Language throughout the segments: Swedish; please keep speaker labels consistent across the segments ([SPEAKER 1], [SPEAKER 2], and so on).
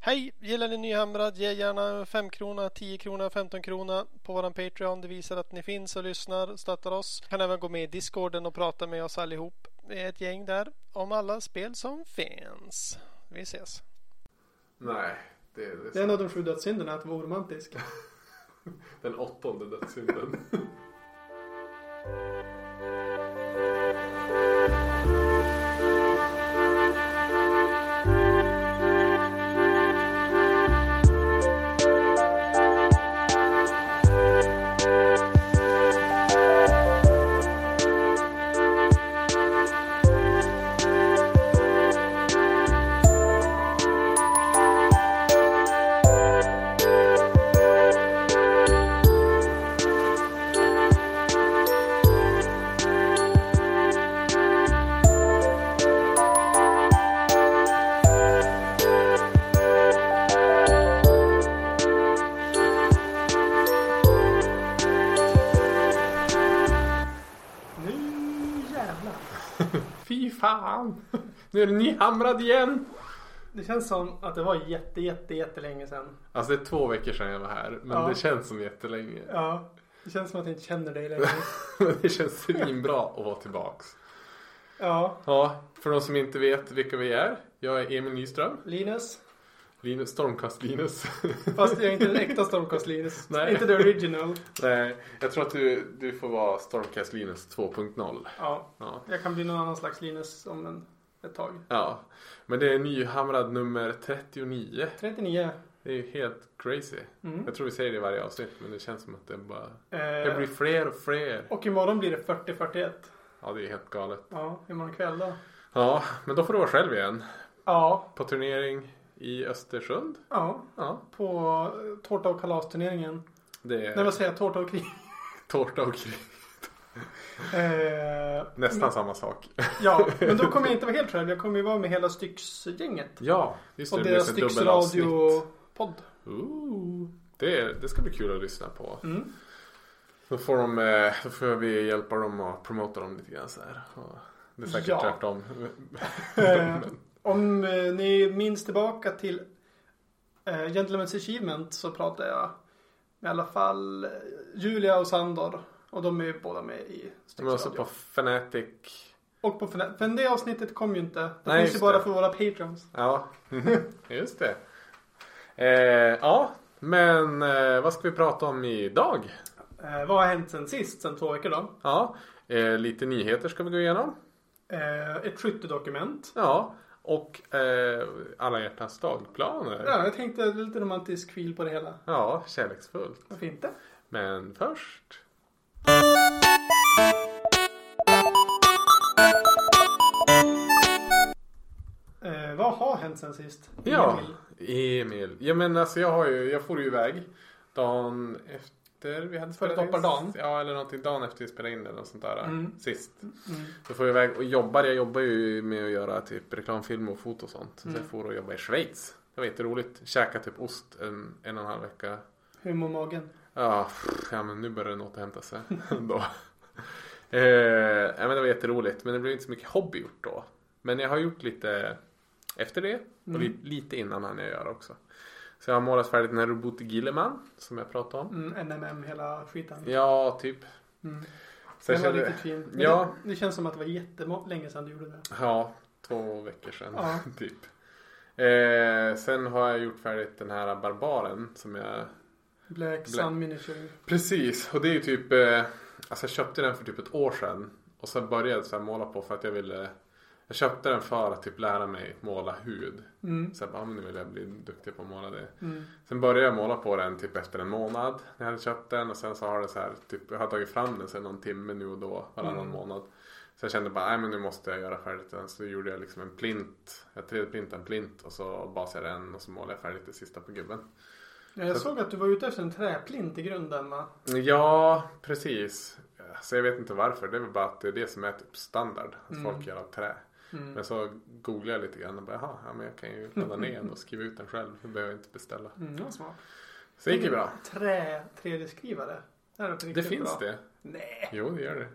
[SPEAKER 1] Hej! Gillar ni Nyhamrad? Ge gärna en 5 krona, 10 krona, 15 krona på våran Patreon. Det visar att ni finns och lyssnar och stöttar oss. Kan även gå med i Discorden och prata med oss allihop. Vi är ett gäng där om alla spel som finns. Vi ses!
[SPEAKER 2] Nej, det är det.
[SPEAKER 3] Det är en av de sju dödssynderna att vara oromantisk.
[SPEAKER 2] Den åttonde dödssynden.
[SPEAKER 3] Nu jävlar. Fy fan. Nu är det nyhamrad igen. Det känns som att det var jätte, jätte, jättelänge sedan.
[SPEAKER 2] Alltså det är två veckor sedan jag var här. Men
[SPEAKER 3] Ja.
[SPEAKER 2] det känns som jättelänge.
[SPEAKER 3] Ja. Det känns som att jag inte känner dig längre.
[SPEAKER 2] Men det känns bra att vara tillbaks.
[SPEAKER 3] Ja.
[SPEAKER 2] Ja, för de som inte vet vilka vi är. Jag är Emil Nyström.
[SPEAKER 3] Linus.
[SPEAKER 2] Linus, Stormkast-Linus.
[SPEAKER 3] Fast jag är inte den äkta Stormcast-Linus.
[SPEAKER 2] Nej.
[SPEAKER 3] Inte the original.
[SPEAKER 2] Nej, Eh, jag tror att du, du får vara Stormcast-Linus 2.0.
[SPEAKER 3] Ja.
[SPEAKER 2] Ja.
[SPEAKER 3] Jag kan bli någon annan slags Linus om en, ett tag.
[SPEAKER 2] ja, men det är Nyhamrad nummer 39.
[SPEAKER 3] 39.
[SPEAKER 2] Det är ju helt crazy.
[SPEAKER 3] Mm.
[SPEAKER 2] Jag tror vi säger det i varje avsnitt, men det känns som att det bara... Det
[SPEAKER 3] Eh,
[SPEAKER 2] blir fler och fler.
[SPEAKER 3] och imorgon blir det 40-41.
[SPEAKER 2] Ja, det är helt galet.
[SPEAKER 3] Ja, imorgon kväll då.
[SPEAKER 2] Ja, men då får du vara själv igen.
[SPEAKER 3] Ja,
[SPEAKER 2] På turnering i Östersund.
[SPEAKER 3] ja.
[SPEAKER 2] Ja,
[SPEAKER 3] På eh, tårta och kalasturneringen.
[SPEAKER 2] det är
[SPEAKER 3] Nej, vad säger jag? Tårta och krig.
[SPEAKER 2] tårta och krig.
[SPEAKER 3] Eh,
[SPEAKER 2] Nästan samma sak.
[SPEAKER 3] ja, men då kommer jag inte vara helt själv. Jag kommer ju vara med hela Styx-gänget.
[SPEAKER 2] Ja, just det.
[SPEAKER 3] Och
[SPEAKER 2] det blir
[SPEAKER 3] deras
[SPEAKER 2] så dubbelavsnitt.
[SPEAKER 3] Styx-radio-podd.
[SPEAKER 2] Ooh, det, det ska bli kul att lyssna på.
[SPEAKER 3] Mm.
[SPEAKER 2] Då får, de, eh, då får vi hjälpa dem och promota dem lite grann så här. Och Det är säkert
[SPEAKER 3] Ja.
[SPEAKER 2] tvärtom.
[SPEAKER 3] Eh, om eh, ni minns tillbaka till eh, Gentleman's Achievement så pratade jag med i alla fall eh, Julia och Sandor. Och de är ju båda med i
[SPEAKER 2] Men också
[SPEAKER 3] Styx-radio.
[SPEAKER 2] alltså på Fanatic.
[SPEAKER 3] Och på Fnac. Men det avsnittet kom ju inte. Det
[SPEAKER 2] Nej,
[SPEAKER 3] finns ju
[SPEAKER 2] just
[SPEAKER 3] bara
[SPEAKER 2] det.
[SPEAKER 3] för våra patrons.
[SPEAKER 2] Ja, just det. Eh, ja, men eh, vad ska vi prata om idag?
[SPEAKER 3] Eh, vad har hänt sen sist? Sen två veckor då?
[SPEAKER 2] Ja, eh, lite nyheter ska vi gå igenom.
[SPEAKER 3] Eh, ett skyttedokument.
[SPEAKER 2] Ja, och eh, alla hjärtans dagplaner.
[SPEAKER 3] Ja, jag tänkte lite romantisk fil på det hela.
[SPEAKER 2] ja, kärleksfullt.
[SPEAKER 3] Varför inte?
[SPEAKER 2] Men först
[SPEAKER 3] Eh, vad har hänt sen sist?
[SPEAKER 2] Ja,
[SPEAKER 3] Emil.
[SPEAKER 2] Emil. Ja men alltså jag har ju, jag for ju iväg dagen efter vi hade spelat
[SPEAKER 3] Fördoppardagen.
[SPEAKER 2] Ja eller någonting, dagen efter vi spelade in eller något sånt där
[SPEAKER 3] Mm.
[SPEAKER 2] sist.
[SPEAKER 3] Mm.
[SPEAKER 2] Då får jag iväg och jobbar, jag jobbar ju med att göra typ reklamfilm och foto och sånt. Så jag for och jobba i Schweiz. Det var jätteroligt. Käka typ ost en, en och en halv vecka.
[SPEAKER 3] Hur mår magen?
[SPEAKER 2] Ja, pff, ja men nu börjar den återhämta sig ändå. eh, ja, men det var jätteroligt men det blev inte så mycket hobby gjort då. Men jag har gjort lite efter det och
[SPEAKER 3] Mm.
[SPEAKER 2] li- lite innan han jag gör också. Så jag har målat färdigt den här Robot Gilleman som jag pratade om.
[SPEAKER 3] Mm, NMM hela skiten.
[SPEAKER 2] Ja, typ.
[SPEAKER 3] Mm.
[SPEAKER 2] Så
[SPEAKER 3] Den
[SPEAKER 2] jag
[SPEAKER 3] var
[SPEAKER 2] kände,
[SPEAKER 3] riktigt fin. Men
[SPEAKER 2] Ja,
[SPEAKER 3] det, det känns som att det var jättelänge sedan du gjorde det.
[SPEAKER 2] ja, två veckor sedan
[SPEAKER 3] Ja.
[SPEAKER 2] typ. Eh, sen har jag gjort färdigt den här Barbaren som jag
[SPEAKER 3] Black, Sun Miniature.
[SPEAKER 2] Precis, och det är ju typ eh, Alltså jag köpte den för typ ett år sedan Och sen började jag så här måla på för att jag ville Jag köpte den för att typ lära mig måla hud
[SPEAKER 3] Mm.
[SPEAKER 2] Så jag bara, "Ah, men nu vill jag bli duktig på att måla det
[SPEAKER 3] Mm.
[SPEAKER 2] Sen började jag måla på den typ efter en månad När jag hade köpt den och sen så har det så här typ, Jag har tagit fram den sen någon timme nu och då Varannan månad Så jag kände bara, nej men nu måste jag göra färdigt den Så gjorde jag liksom en plint Jag 3D-printade en plint och så basade jag den Och så målade jag färdigt det sista på gubben
[SPEAKER 3] Ja, Jag såg att du var ute efter en träplint i grunden va?
[SPEAKER 2] Ja, precis. Så jag vet inte varför. Det är väl bara att det är det som är typ standard. Att folk gör av trä.
[SPEAKER 3] Mm.
[SPEAKER 2] Men så googlade jag lite grann och bara, jaha, ja, men jag kan ju ladda ner den och skriva ut den själv. Då behöver jag inte beställa.
[SPEAKER 3] Mm, det var smart.
[SPEAKER 2] Så det gick ju bra.
[SPEAKER 3] Trä 3D-skrivare. Det, här är riktigt
[SPEAKER 2] Det finns
[SPEAKER 3] bra.
[SPEAKER 2] det.
[SPEAKER 3] Nej.
[SPEAKER 2] Jo, det gör det.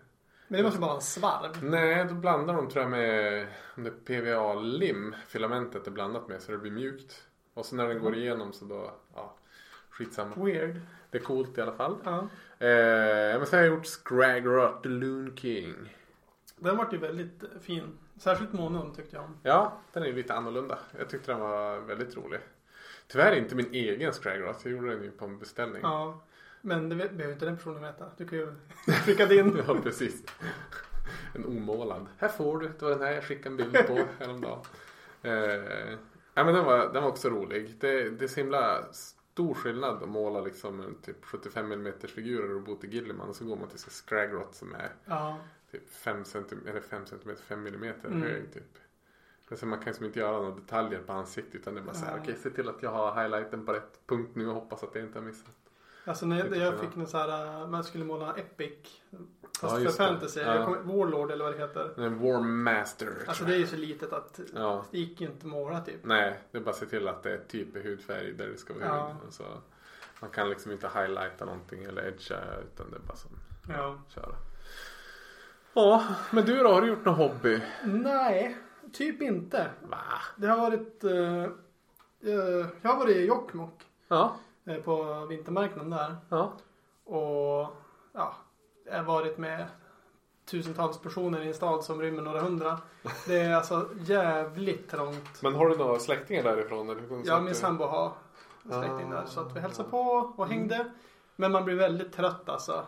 [SPEAKER 3] Men det måste bara vara en svarv.
[SPEAKER 2] Nej, då blandar de tror jag med om det är PVA-lim. Filamentet är blandat med så det blir mjukt. Och så när den går igenom så då, ja, skitsamma.
[SPEAKER 3] Weird.
[SPEAKER 2] Det är coolt i alla fall.
[SPEAKER 3] Ja.
[SPEAKER 2] Eh, men sen har jag gjort Scraggerot the Loon King.
[SPEAKER 3] Den vart ju väldigt eh, fin. Särskilt månen tyckte jag om.
[SPEAKER 2] Ja, den är ju lite annorlunda. Jag tyckte den var väldigt rolig. Tyvärr inte min egen Scraggerot. Jag gjorde den ju på en beställning.
[SPEAKER 3] Ja. Men det vet- behöver inte den personen veta. Du kan ju skicka din.
[SPEAKER 2] Ja, precis. En omålad. Här får du. Det var den här jag skickade en bild på häromdagen. Eh, ja, men den, var, den var också rolig. Det, det är så himla stor skillnad att måla liksom en typ 75 mm figurer och Bote Gilliman och så går man till Scragrot som är
[SPEAKER 3] Ja.
[SPEAKER 2] typ 5 cm, eller 5 cm, 5 mm
[SPEAKER 3] Mm.
[SPEAKER 2] hög typ. Alltså man kan liksom inte göra några detaljer på ansiktet utan det är bara så här,
[SPEAKER 3] Nej.
[SPEAKER 2] okej se till att jag har highlighten på rätt punkt nu och hoppas att jag inte har missat.
[SPEAKER 3] Alltså när jag,
[SPEAKER 2] Lite
[SPEAKER 3] jag
[SPEAKER 2] så.
[SPEAKER 3] fick en så här, eh, man skulle måla Epic. Fast
[SPEAKER 2] Ja,
[SPEAKER 3] för
[SPEAKER 2] just det.
[SPEAKER 3] fantasy.
[SPEAKER 2] Ja.
[SPEAKER 3] Jag kommer, Warlord eller vad det heter.
[SPEAKER 2] En warm master.
[SPEAKER 3] Alltså det är ju så litet att
[SPEAKER 2] Ja.
[SPEAKER 3] det gick ju inte att måla typ.
[SPEAKER 2] Nej, det är bara att se till att det är typ i hudfärg där det ska vara
[SPEAKER 3] Ja.
[SPEAKER 2] hud. Alltså, man kan liksom inte highlighta någonting eller edga utan det är bara som
[SPEAKER 3] Ja.
[SPEAKER 2] köra. Ja, men du då? Har du gjort någon hobby?
[SPEAKER 3] Nej, typ inte.
[SPEAKER 2] Va?
[SPEAKER 3] Det har varit... eh, eh, jag har varit i Jokkmokk
[SPEAKER 2] Ja,
[SPEAKER 3] eh, på vintermarknaden där.
[SPEAKER 2] ja.
[SPEAKER 3] Och ja, jag har varit med tusentals personer i en stad som rymmer några hundra. Det är alltså jävligt trångt.
[SPEAKER 2] Men har du några släktingar därifrån? Eller? hur- så
[SPEAKER 3] Jag
[SPEAKER 2] att
[SPEAKER 3] och min
[SPEAKER 2] du-
[SPEAKER 3] sambo har en släkting där så att vi hälsade på och
[SPEAKER 2] Mm.
[SPEAKER 3] hängde. Men man blir väldigt trött alltså.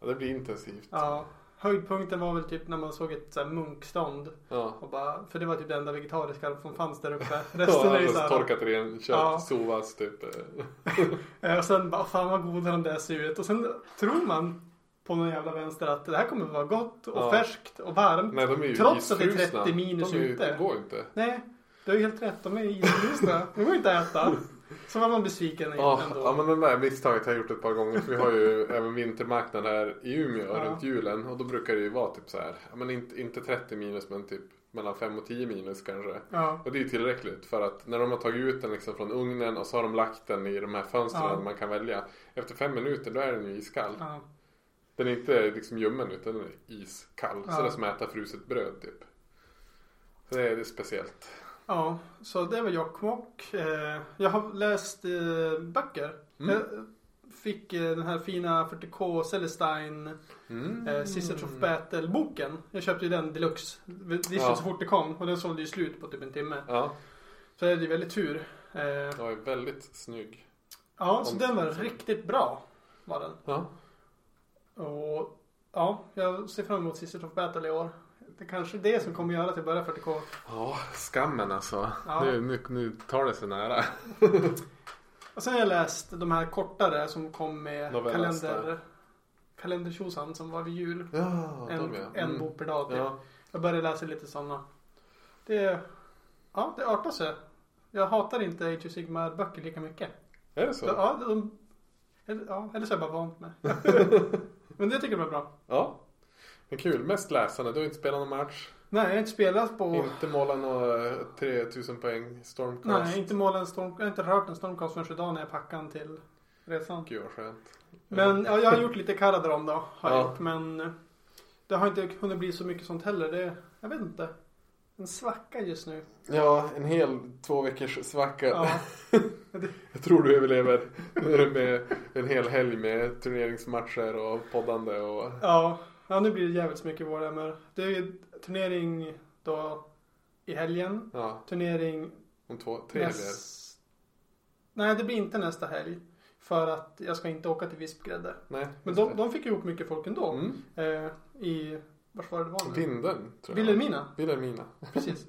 [SPEAKER 2] Ja, det blir intensivt.
[SPEAKER 3] Ja, höjdpunkten var väl typ när man såg ett så här munkstånd.
[SPEAKER 2] Ja.
[SPEAKER 3] Och bara, för det var typ det enda vegetariska som fanns där uppe.
[SPEAKER 2] Resten
[SPEAKER 3] Resten är ju så här-
[SPEAKER 2] Torkat ren kött,
[SPEAKER 3] Ja.
[SPEAKER 2] sovas typ. eh.
[SPEAKER 3] Eh, Och sen bara, fan vad goda de där ser ut. Och sen tror man på någon jävla vänster att det här kommer vara gott och
[SPEAKER 2] Ja.
[SPEAKER 3] färskt och varmt.
[SPEAKER 2] Nej, de är ju
[SPEAKER 3] Trots att det är
[SPEAKER 2] isfrusna.
[SPEAKER 3] 30 minus
[SPEAKER 2] de är, ju-
[SPEAKER 3] ute.
[SPEAKER 2] Det går inte.
[SPEAKER 3] Nej, du har ju helt rätt. De är isfrusna. De går inte att äta. Så var man besviken
[SPEAKER 2] Ja,
[SPEAKER 3] ändå.
[SPEAKER 2] ja men den där misstaget har jag gjort ett par gånger. För vi har ju även vintermarknad här i Umeå
[SPEAKER 3] Ja.
[SPEAKER 2] runt julen. Och då brukar det ju vara typ så här. Ja, men inte, inte 30 minus men typ mellan 5 och 10 minus kanske.
[SPEAKER 3] Ja.
[SPEAKER 2] Och det är ju tillräckligt för att när de har tagit ut den liksom från ugnen och så har de lagt den i de här fönstren
[SPEAKER 3] Ja.
[SPEAKER 2] man kan välja. Efter fem minuter då är den ju iskall.
[SPEAKER 3] Ja.
[SPEAKER 2] Den är inte liksom ljummen utan den är iskall.
[SPEAKER 3] Ja.
[SPEAKER 2] Så det är som att äta fruset bröd typ. Så det är, det är speciellt.
[SPEAKER 3] ja, så det var Jokkmokk. Eh, Jag har läst eh, böcker.
[SPEAKER 2] Mm.
[SPEAKER 3] Jag fick eh, den här fina 40K Celestine
[SPEAKER 2] Mm.
[SPEAKER 3] eh, Sisters of Battle boken. Jag köpte ju den deluxe. Visste
[SPEAKER 2] Ja.
[SPEAKER 3] så fort det kom och den sålde ju slut på typ en timme.
[SPEAKER 2] Ja,
[SPEAKER 3] Så det är ju väldigt tur. Eh,
[SPEAKER 2] den är väldigt snygg.
[SPEAKER 3] Ja, så
[SPEAKER 2] Om-
[SPEAKER 3] den var riktigt bra. Var den.
[SPEAKER 2] Ja.
[SPEAKER 3] Och ja, jag ser fram emot Sisters of Battle i år. Det är kanske det som kommer göra att jag börjar 40K.
[SPEAKER 2] Ja, skammen alltså.
[SPEAKER 3] Ja.
[SPEAKER 2] Nu, nu, nu tar det sig nära.
[SPEAKER 3] Och sen har jag läst de här kortare som kom med
[SPEAKER 2] Novelllästa.
[SPEAKER 3] kalender... Kalendertjosan som var vid jul.
[SPEAKER 2] Ja,
[SPEAKER 3] en,
[SPEAKER 2] de är.
[SPEAKER 3] en bok per dag. typ.
[SPEAKER 2] Mm. Ja.
[SPEAKER 3] Jag började läsa lite sådana. Det, ja, det artar sig. Jag hatar inte Age of Sigmar böcker lika mycket.
[SPEAKER 2] Är det så? Ja.
[SPEAKER 3] Ja, de, eller, ja, eller så är jag bara vant med. Men det tycker jag är bra.
[SPEAKER 2] Men kul. Mest läsande. Du har inte spelat någon match.
[SPEAKER 3] Nej, jag har inte spelat på...
[SPEAKER 2] Inte målat några 3000 poäng stormcast.
[SPEAKER 3] Nej, inte måla en storm... Jag har inte rört en stormcast förrän idag när jag packade den till resan.
[SPEAKER 2] Gud vad skönt.
[SPEAKER 3] Men ja, jag har gjort lite Karaderom då. Har jag
[SPEAKER 2] Ja.
[SPEAKER 3] gjort, men eh, det har inte hunnit bli så mycket sånt heller. Det, jag vet inte. En svacka just nu.
[SPEAKER 2] Ja, en hel två veckors svacka.
[SPEAKER 3] Ja,
[SPEAKER 2] Jag tror du överlever med en hel helg med turneringsmatcher och poddande och...
[SPEAKER 3] ja, ja nu blir det jävligt mycket Warhammer. Det är ju turnering då i helgen.
[SPEAKER 2] Ja,
[SPEAKER 3] Turnering
[SPEAKER 2] om två, tre helger.
[SPEAKER 3] näs- Nej, det blir inte nästa helg. För att jag ska inte åka till Vispgrädde.
[SPEAKER 2] Nej,
[SPEAKER 3] Men
[SPEAKER 2] just
[SPEAKER 3] de,
[SPEAKER 2] det.
[SPEAKER 3] de fick ihop mycket folk ändå.
[SPEAKER 2] Mm.
[SPEAKER 3] Eh, I, vart var det det var nu?
[SPEAKER 2] Vindeln, tror jag.
[SPEAKER 3] Vilhelmina,
[SPEAKER 2] Vilhelmina.
[SPEAKER 3] precis.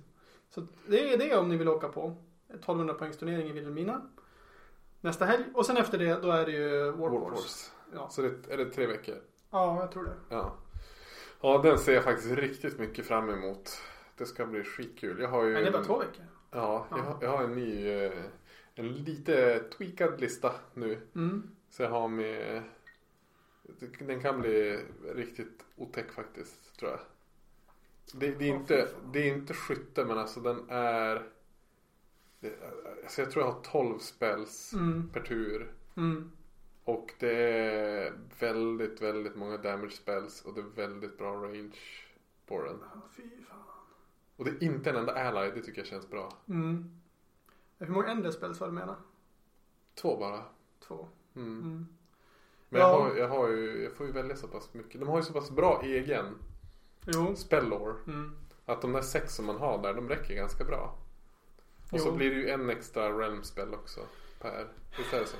[SPEAKER 3] Så det är det om ni vill åka på. 1200 poängs turnering i Vilhelmina. Nästa helg. Och sen efter det, då är det ju War Wars.
[SPEAKER 2] Warforce.
[SPEAKER 3] Ja.
[SPEAKER 2] Så det är det tre veckor.
[SPEAKER 3] ja, jag tror det.
[SPEAKER 2] Ja. ja, den ser jag faktiskt riktigt mycket fram emot. Det ska bli skitkul. Jag har ju...
[SPEAKER 3] Men det är bara
[SPEAKER 2] en-
[SPEAKER 3] två veckor.
[SPEAKER 2] Ja, jag,
[SPEAKER 3] Ja.
[SPEAKER 2] har- jag har en ny, eh, en lite tweakad lista nu.
[SPEAKER 3] Mm.
[SPEAKER 2] Så jag har med, den kan bli riktigt otäck faktiskt tror jag. Det, det, är,
[SPEAKER 3] Åh,
[SPEAKER 2] inte,
[SPEAKER 3] fy fan.
[SPEAKER 2] det är inte skytte men alltså den är, det, alltså jag tror jag har 12 spells
[SPEAKER 3] Mm.
[SPEAKER 2] per tur.
[SPEAKER 3] Mm.
[SPEAKER 2] Och det är väldigt, väldigt många damage spells och det är väldigt bra range på den.
[SPEAKER 3] Ja, Fy fan.
[SPEAKER 2] Och det är inte en enda ally, det tycker jag känns bra.
[SPEAKER 3] Mm. Hur många endless spells var det du menade?
[SPEAKER 2] Två bara.
[SPEAKER 3] Två.
[SPEAKER 2] Mm.
[SPEAKER 3] Mm.
[SPEAKER 2] Men
[SPEAKER 3] Ja.
[SPEAKER 2] jag, har, jag, har ju, jag får ju välja så pass mycket. De har ju så pass bra egen
[SPEAKER 3] Jo.
[SPEAKER 2] spellore.
[SPEAKER 3] Mm.
[SPEAKER 2] Att de där sex som man har där, de räcker ganska bra. Och så
[SPEAKER 3] Jo.
[SPEAKER 2] blir det ju en extra realm spell också per. Visst är det så?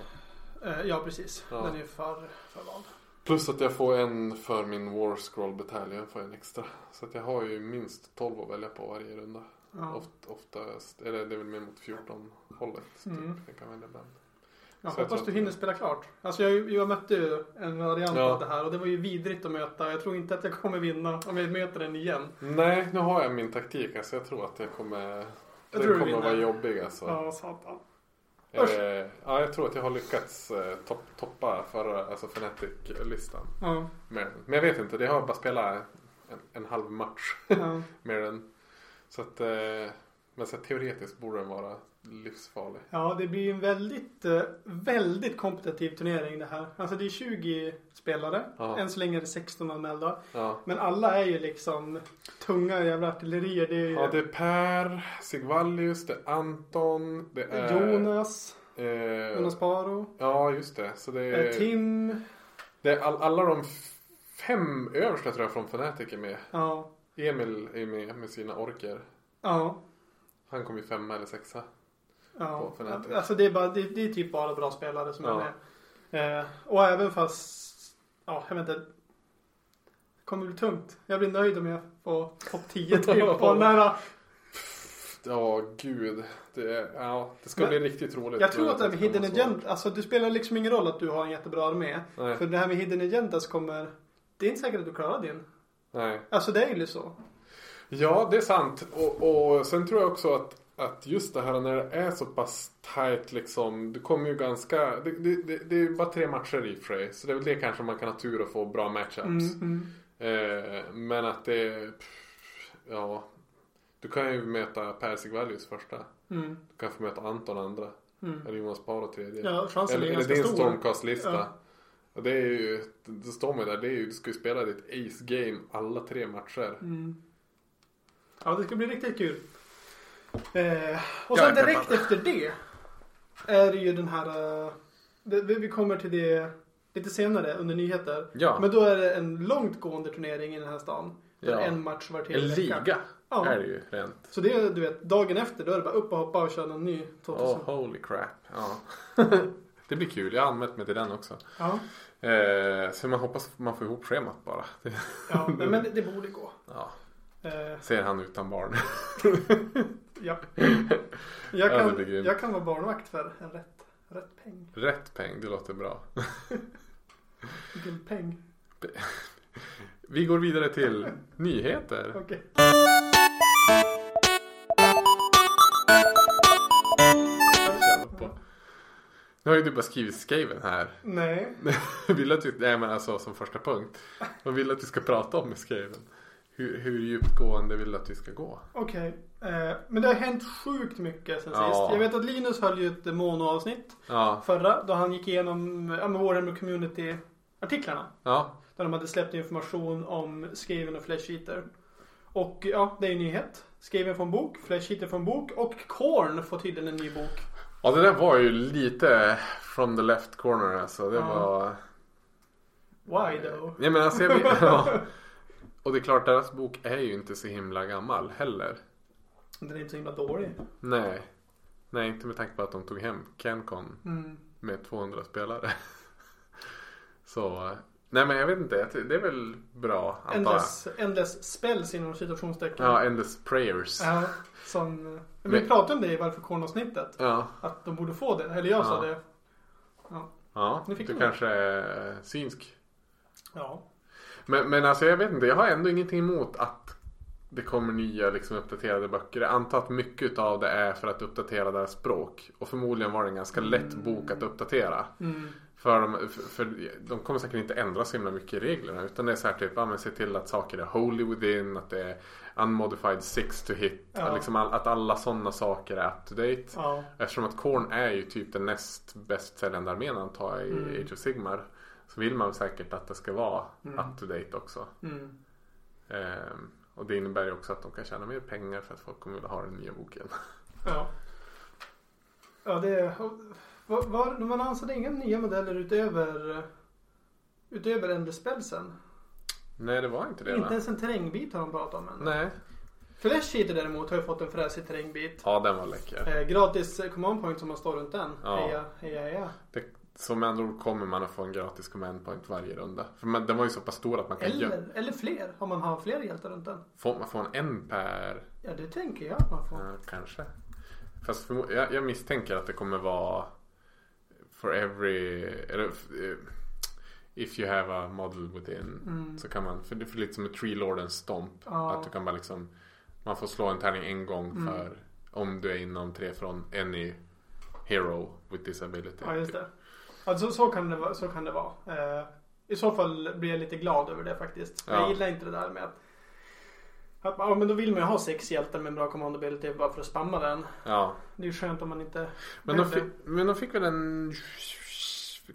[SPEAKER 3] Eh, ja, precis.
[SPEAKER 2] Ja.
[SPEAKER 3] Den är ju för, förvald.
[SPEAKER 2] Plus att jag får en för min War Scroll batalj, jag får en extra. Så att jag har ju minst 12 att välja på varje runda.
[SPEAKER 3] Ja.
[SPEAKER 2] Oft, oftast, eller det är väl mer mot 14 hållet. Typ.
[SPEAKER 3] Mm.
[SPEAKER 2] Jag kan välja bland.
[SPEAKER 3] Jag
[SPEAKER 2] Så jag
[SPEAKER 3] hoppas
[SPEAKER 2] tror
[SPEAKER 3] du
[SPEAKER 2] att-
[SPEAKER 3] hinner spela klart. Alltså jag, jag mötte ju en variant
[SPEAKER 2] Ja.
[SPEAKER 3] av det här och det var ju vidrigt att möta. Jag tror inte att jag kommer vinna om jag möter den igen.
[SPEAKER 2] Nej, nu har jag min taktik. Alltså jag tror att jag kommer...
[SPEAKER 3] Jag
[SPEAKER 2] Jag
[SPEAKER 3] tror du
[SPEAKER 2] kommer
[SPEAKER 3] vinner.
[SPEAKER 2] att vara jobbig alltså.
[SPEAKER 3] Ja, satan. usch.
[SPEAKER 2] Eh, ja, jag tror att jag har lyckats eh, topp, toppa förra, alltså Fnatic-listan.
[SPEAKER 3] Ja,
[SPEAKER 2] Mer än- Men jag vet inte, det har bara spelat en, en halv match
[SPEAKER 3] ja.
[SPEAKER 2] mer än. Så att, eh, men så här, teoretiskt borde den vara livsfarlig.
[SPEAKER 3] ja, det blir ju en väldigt, eh, väldigt kompetitiv turnering det här. Alltså det är 20 spelare.
[SPEAKER 2] Ja.
[SPEAKER 3] Än så länge är det 16 anmälda.
[SPEAKER 2] Ja.
[SPEAKER 3] Men alla är ju liksom tunga jävla artillerier. Det är ju
[SPEAKER 2] Ja, det är Per, Sigvallius, det är Anton, det är...
[SPEAKER 3] Jonas,
[SPEAKER 2] Eh,
[SPEAKER 3] Jonas Paro,
[SPEAKER 2] ja, just det. Så det
[SPEAKER 3] eh,
[SPEAKER 2] är,
[SPEAKER 3] Tim.
[SPEAKER 2] det är all, alla de f- fem översta tror jag från Fnatic är med.
[SPEAKER 3] Ja,
[SPEAKER 2] Emil är med med sina orker.
[SPEAKER 3] ja.
[SPEAKER 2] Han kom ju femma eller sexa.
[SPEAKER 3] Ja,
[SPEAKER 2] på Fnatic.
[SPEAKER 3] alltså det är, bara, det, det är typ bara bra spelare som
[SPEAKER 2] Ja.
[SPEAKER 3] är med. Eh, och även fast, ja jag vet inte. Det kommer bli tungt. Jag blir nöjd om jag får topp 10 typ. på den här.
[SPEAKER 2] Ja, gud. Det, är- ja, det ska
[SPEAKER 3] Men-
[SPEAKER 2] bli riktigt roligt.
[SPEAKER 3] Jag tror
[SPEAKER 2] Men
[SPEAKER 3] att det här med hidden
[SPEAKER 2] kommer vara svårt.
[SPEAKER 3] agenda, alltså det spelar liksom ingen roll att du har en jättebra armé.
[SPEAKER 2] Nej.
[SPEAKER 3] För det här med hidden agenda så kommer, det är inte säkert att du klarar din.
[SPEAKER 2] Nej.
[SPEAKER 3] Alltså det är ju så.
[SPEAKER 2] Ja, det är sant. Och, och sen tror jag också att, att just det här när det är så pass tight liksom. Du kommer ju ganska... Det, det, det, det är ju bara tre matcher i och för sig. Så det är väl det kanske man kan ha tur och få bra
[SPEAKER 3] Mm.
[SPEAKER 2] matchups. Eh, men att det... Pff, ja. Du kan ju möta Per Sigvallius första.
[SPEAKER 3] Mm.
[SPEAKER 2] Du kan få möta Anton andra.
[SPEAKER 3] Mm.
[SPEAKER 2] Eller Jonas Paro tredje.
[SPEAKER 3] Ja, chansen
[SPEAKER 2] Eller,
[SPEAKER 3] är
[SPEAKER 2] eller
[SPEAKER 3] ganska
[SPEAKER 2] din
[SPEAKER 3] stor.
[SPEAKER 2] stormcast-lista.
[SPEAKER 3] Ja.
[SPEAKER 2] Och det är ju, det står man ju där, det är ju, du ska ju spela ditt ace-game alla tre matcher.
[SPEAKER 3] Mm. Ja, det ska bli riktigt kul. Eh,
[SPEAKER 2] Jag
[SPEAKER 3] och sen
[SPEAKER 2] är
[SPEAKER 3] direkt
[SPEAKER 2] peppad.
[SPEAKER 3] efter det är det ju den här... eh, det- vi vi kommer till det lite senare under nyheter.
[SPEAKER 2] Ja.
[SPEAKER 3] Men då är det en långtgående turnering i den här stan. Där
[SPEAKER 2] Ja.
[SPEAKER 3] en match var till
[SPEAKER 2] en
[SPEAKER 3] vecka.
[SPEAKER 2] liga
[SPEAKER 3] Ja.
[SPEAKER 2] är det ju rent.
[SPEAKER 3] Så det är du vet, dagen efter då är det bara upp och hoppa och köra någon ny 2000.
[SPEAKER 2] Oh, holy crap. Ja. det blir kul, jag har anmält mig till den också.
[SPEAKER 3] Ja,
[SPEAKER 2] Eh, så man hoppas man får ihop schemat bara. Det-
[SPEAKER 3] ja men, men det, det borde gå.
[SPEAKER 2] ja.
[SPEAKER 3] Eh,
[SPEAKER 2] Ser han utan barn.
[SPEAKER 3] ja. Jag,
[SPEAKER 2] Ja, det
[SPEAKER 3] kan,
[SPEAKER 2] blir grymt.
[SPEAKER 3] jag kan vara barnvakt för en rätt, rätt peng.
[SPEAKER 2] Rätt peng, det låter bra.
[SPEAKER 3] Vilken peng.
[SPEAKER 2] Vi går vidare till nyheter.
[SPEAKER 3] Okej.
[SPEAKER 2] Nu har ju du bara skrivit skaven här.
[SPEAKER 3] Nej.
[SPEAKER 2] vill att du, nej men alltså som första punkt. Vad vill du att vi ska prata om med skriven? Hur, hur djupgående vill du att vi ska gå?
[SPEAKER 3] Okej, eh, men det har hänt sjukt mycket sen
[SPEAKER 2] Ja.
[SPEAKER 3] sist. Jag vet att Linus höll ju ett monoavsnitt
[SPEAKER 2] Ja,
[SPEAKER 3] förra då han gick igenom eh, ja, men Warhammer Community artiklarna.
[SPEAKER 2] ja,
[SPEAKER 3] Där de hade släppt information om Skaven och Flesh Eater. Och ja, det är en nyhet. Skaven får en bok, Flesh Eater får en bok och Korn får tydligen en ny bok.
[SPEAKER 2] ja det där var ju lite from the left corner alltså. Det
[SPEAKER 3] Ja.
[SPEAKER 2] var...
[SPEAKER 3] Why though?
[SPEAKER 2] Nej men alltså jag vet, ja. Och det är klart deras bok är ju inte så himla gammal heller.
[SPEAKER 3] Den är inte så himla dålig.
[SPEAKER 2] Nej. Nej inte med tanke på att de tog hem Cancon
[SPEAKER 3] Mm.
[SPEAKER 2] med 200 spelare. Så, eh, nej men jag vet inte. Det är väl bra antar jag.
[SPEAKER 3] Endless, endless spells inom citationstecken.
[SPEAKER 2] Ja, Endless Prayers.
[SPEAKER 3] Ja, som, men vi
[SPEAKER 2] Men-
[SPEAKER 3] pratade om det i Varför Korn-avsnittet.
[SPEAKER 2] Ja.
[SPEAKER 3] Att de borde få det. Eller jag sa
[SPEAKER 2] Ja.
[SPEAKER 3] det.
[SPEAKER 2] Ja,
[SPEAKER 3] Nu fick
[SPEAKER 2] du
[SPEAKER 3] du.
[SPEAKER 2] kanske är eh, synsk.
[SPEAKER 3] Ja.
[SPEAKER 2] Men, men alltså jag vet inte, jag har ändå ingenting emot att det kommer nya liksom, uppdaterade böcker. Jag antar att mycket av det är för att uppdatera deras språk. Och förmodligen var det en ganska lätt bok att uppdatera.
[SPEAKER 3] Mm.
[SPEAKER 2] För de, för, för de kommer säkert inte ändra så himla mycket i reglerna. Utan det är så här typ, ja, men se till att saker är holy within, att det är unmodified six to hit.
[SPEAKER 3] Ja.
[SPEAKER 2] Liksom all, att alla sådana saker är up to date.
[SPEAKER 3] Ja.
[SPEAKER 2] Eftersom att Korn är ju typ den näst bäst säljande armén antar jag i
[SPEAKER 3] Mm.
[SPEAKER 2] Age of Sigmar. Så vill man säkert att det ska vara up to date också.
[SPEAKER 3] Mm.
[SPEAKER 2] Ehm, och det innebär ju också att de kan tjäna mer pengar för att folk kommer vilja ha den nya boken.
[SPEAKER 3] Ja. Ja, det är... och Var, var, man ansade inga nya modeller utöver utöver Endless Spellsen.
[SPEAKER 2] Nej, det var inte det
[SPEAKER 3] Inte
[SPEAKER 2] va?
[SPEAKER 3] ens en terrängbit har de pratat om än.
[SPEAKER 2] Nej.
[SPEAKER 3] Flash Heater däremot har ju fått en fräsig terrängbit.
[SPEAKER 2] Ja, den var läcker.
[SPEAKER 3] Eh, gratis eh, command point som man står runt den.
[SPEAKER 2] Ja.
[SPEAKER 3] Heja, heja, heja.
[SPEAKER 2] Det, så med andra ord kommer man att få en gratis command point varje runda. För man, den var ju så pass stor att man kan göra...
[SPEAKER 3] Eller, eller fler, om man har fler hjältar runt den.
[SPEAKER 2] Får man får en en per...
[SPEAKER 3] Ja, det tänker jag att man får.
[SPEAKER 2] Ja, kanske. Fast förmo- jag, jag misstänker att det kommer vara for every... Eller, f- eh, if you have a model within.
[SPEAKER 3] Mm.
[SPEAKER 2] Så kan man, för det är lite som ett tree lord and stomp.
[SPEAKER 3] Ja. Mm.
[SPEAKER 2] Att du kan bara liksom, man får slå en tärning en gång för om du är inom tre från any hero with disability.
[SPEAKER 3] Ja, just
[SPEAKER 2] typ.
[SPEAKER 3] det. Alltså, så kan det, vara- så kan det vara. Eh, I så fall blir jag lite glad över det faktiskt. Jag
[SPEAKER 2] Ja.
[SPEAKER 3] gillar inte det där med att... att ja, men då vill man ju ha sex hjältar med en bra command ability bara för att spamma den.
[SPEAKER 2] Ja.
[SPEAKER 3] Det är ju skönt om man inte...
[SPEAKER 2] Men, de
[SPEAKER 3] behöver.
[SPEAKER 2] fick, men de fick väl en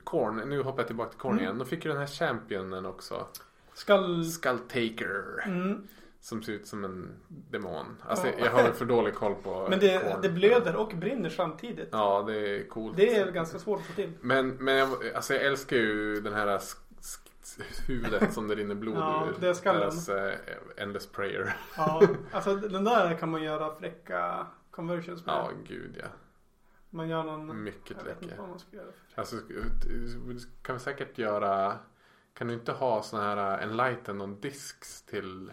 [SPEAKER 2] Korn, nu hoppar jag tillbaka till Korn
[SPEAKER 3] Mm.
[SPEAKER 2] igen. De fick ju den här championen också.
[SPEAKER 3] Skall...
[SPEAKER 2] Skulltaker.
[SPEAKER 3] Mm.
[SPEAKER 2] Som ser ut som en demon. Alltså
[SPEAKER 3] Ja.
[SPEAKER 2] jag har för dålig koll på
[SPEAKER 3] Men det,
[SPEAKER 2] Korn.
[SPEAKER 3] det blöder och brinner samtidigt.
[SPEAKER 2] Ja, det är coolt.
[SPEAKER 3] Det är ganska svårt att få till.
[SPEAKER 2] Men, men jag, alltså jag älskar ju den här sk- sk- huvudet som det rinner blod
[SPEAKER 3] Ja,
[SPEAKER 2] ur.
[SPEAKER 3] det är skallen.
[SPEAKER 2] Deras eh, Endless Prayer.
[SPEAKER 3] Ja, alltså den där kan man göra fräcka conversions med.
[SPEAKER 2] Ja, Mm, gud ja.
[SPEAKER 3] Man gör någon...
[SPEAKER 2] Mycket
[SPEAKER 3] Jag vet inte
[SPEAKER 2] läcker.
[SPEAKER 3] vad man ska göra.
[SPEAKER 2] Alltså, kan vi säkert göra... Kan du inte ha såna här eh, enlighten on discs till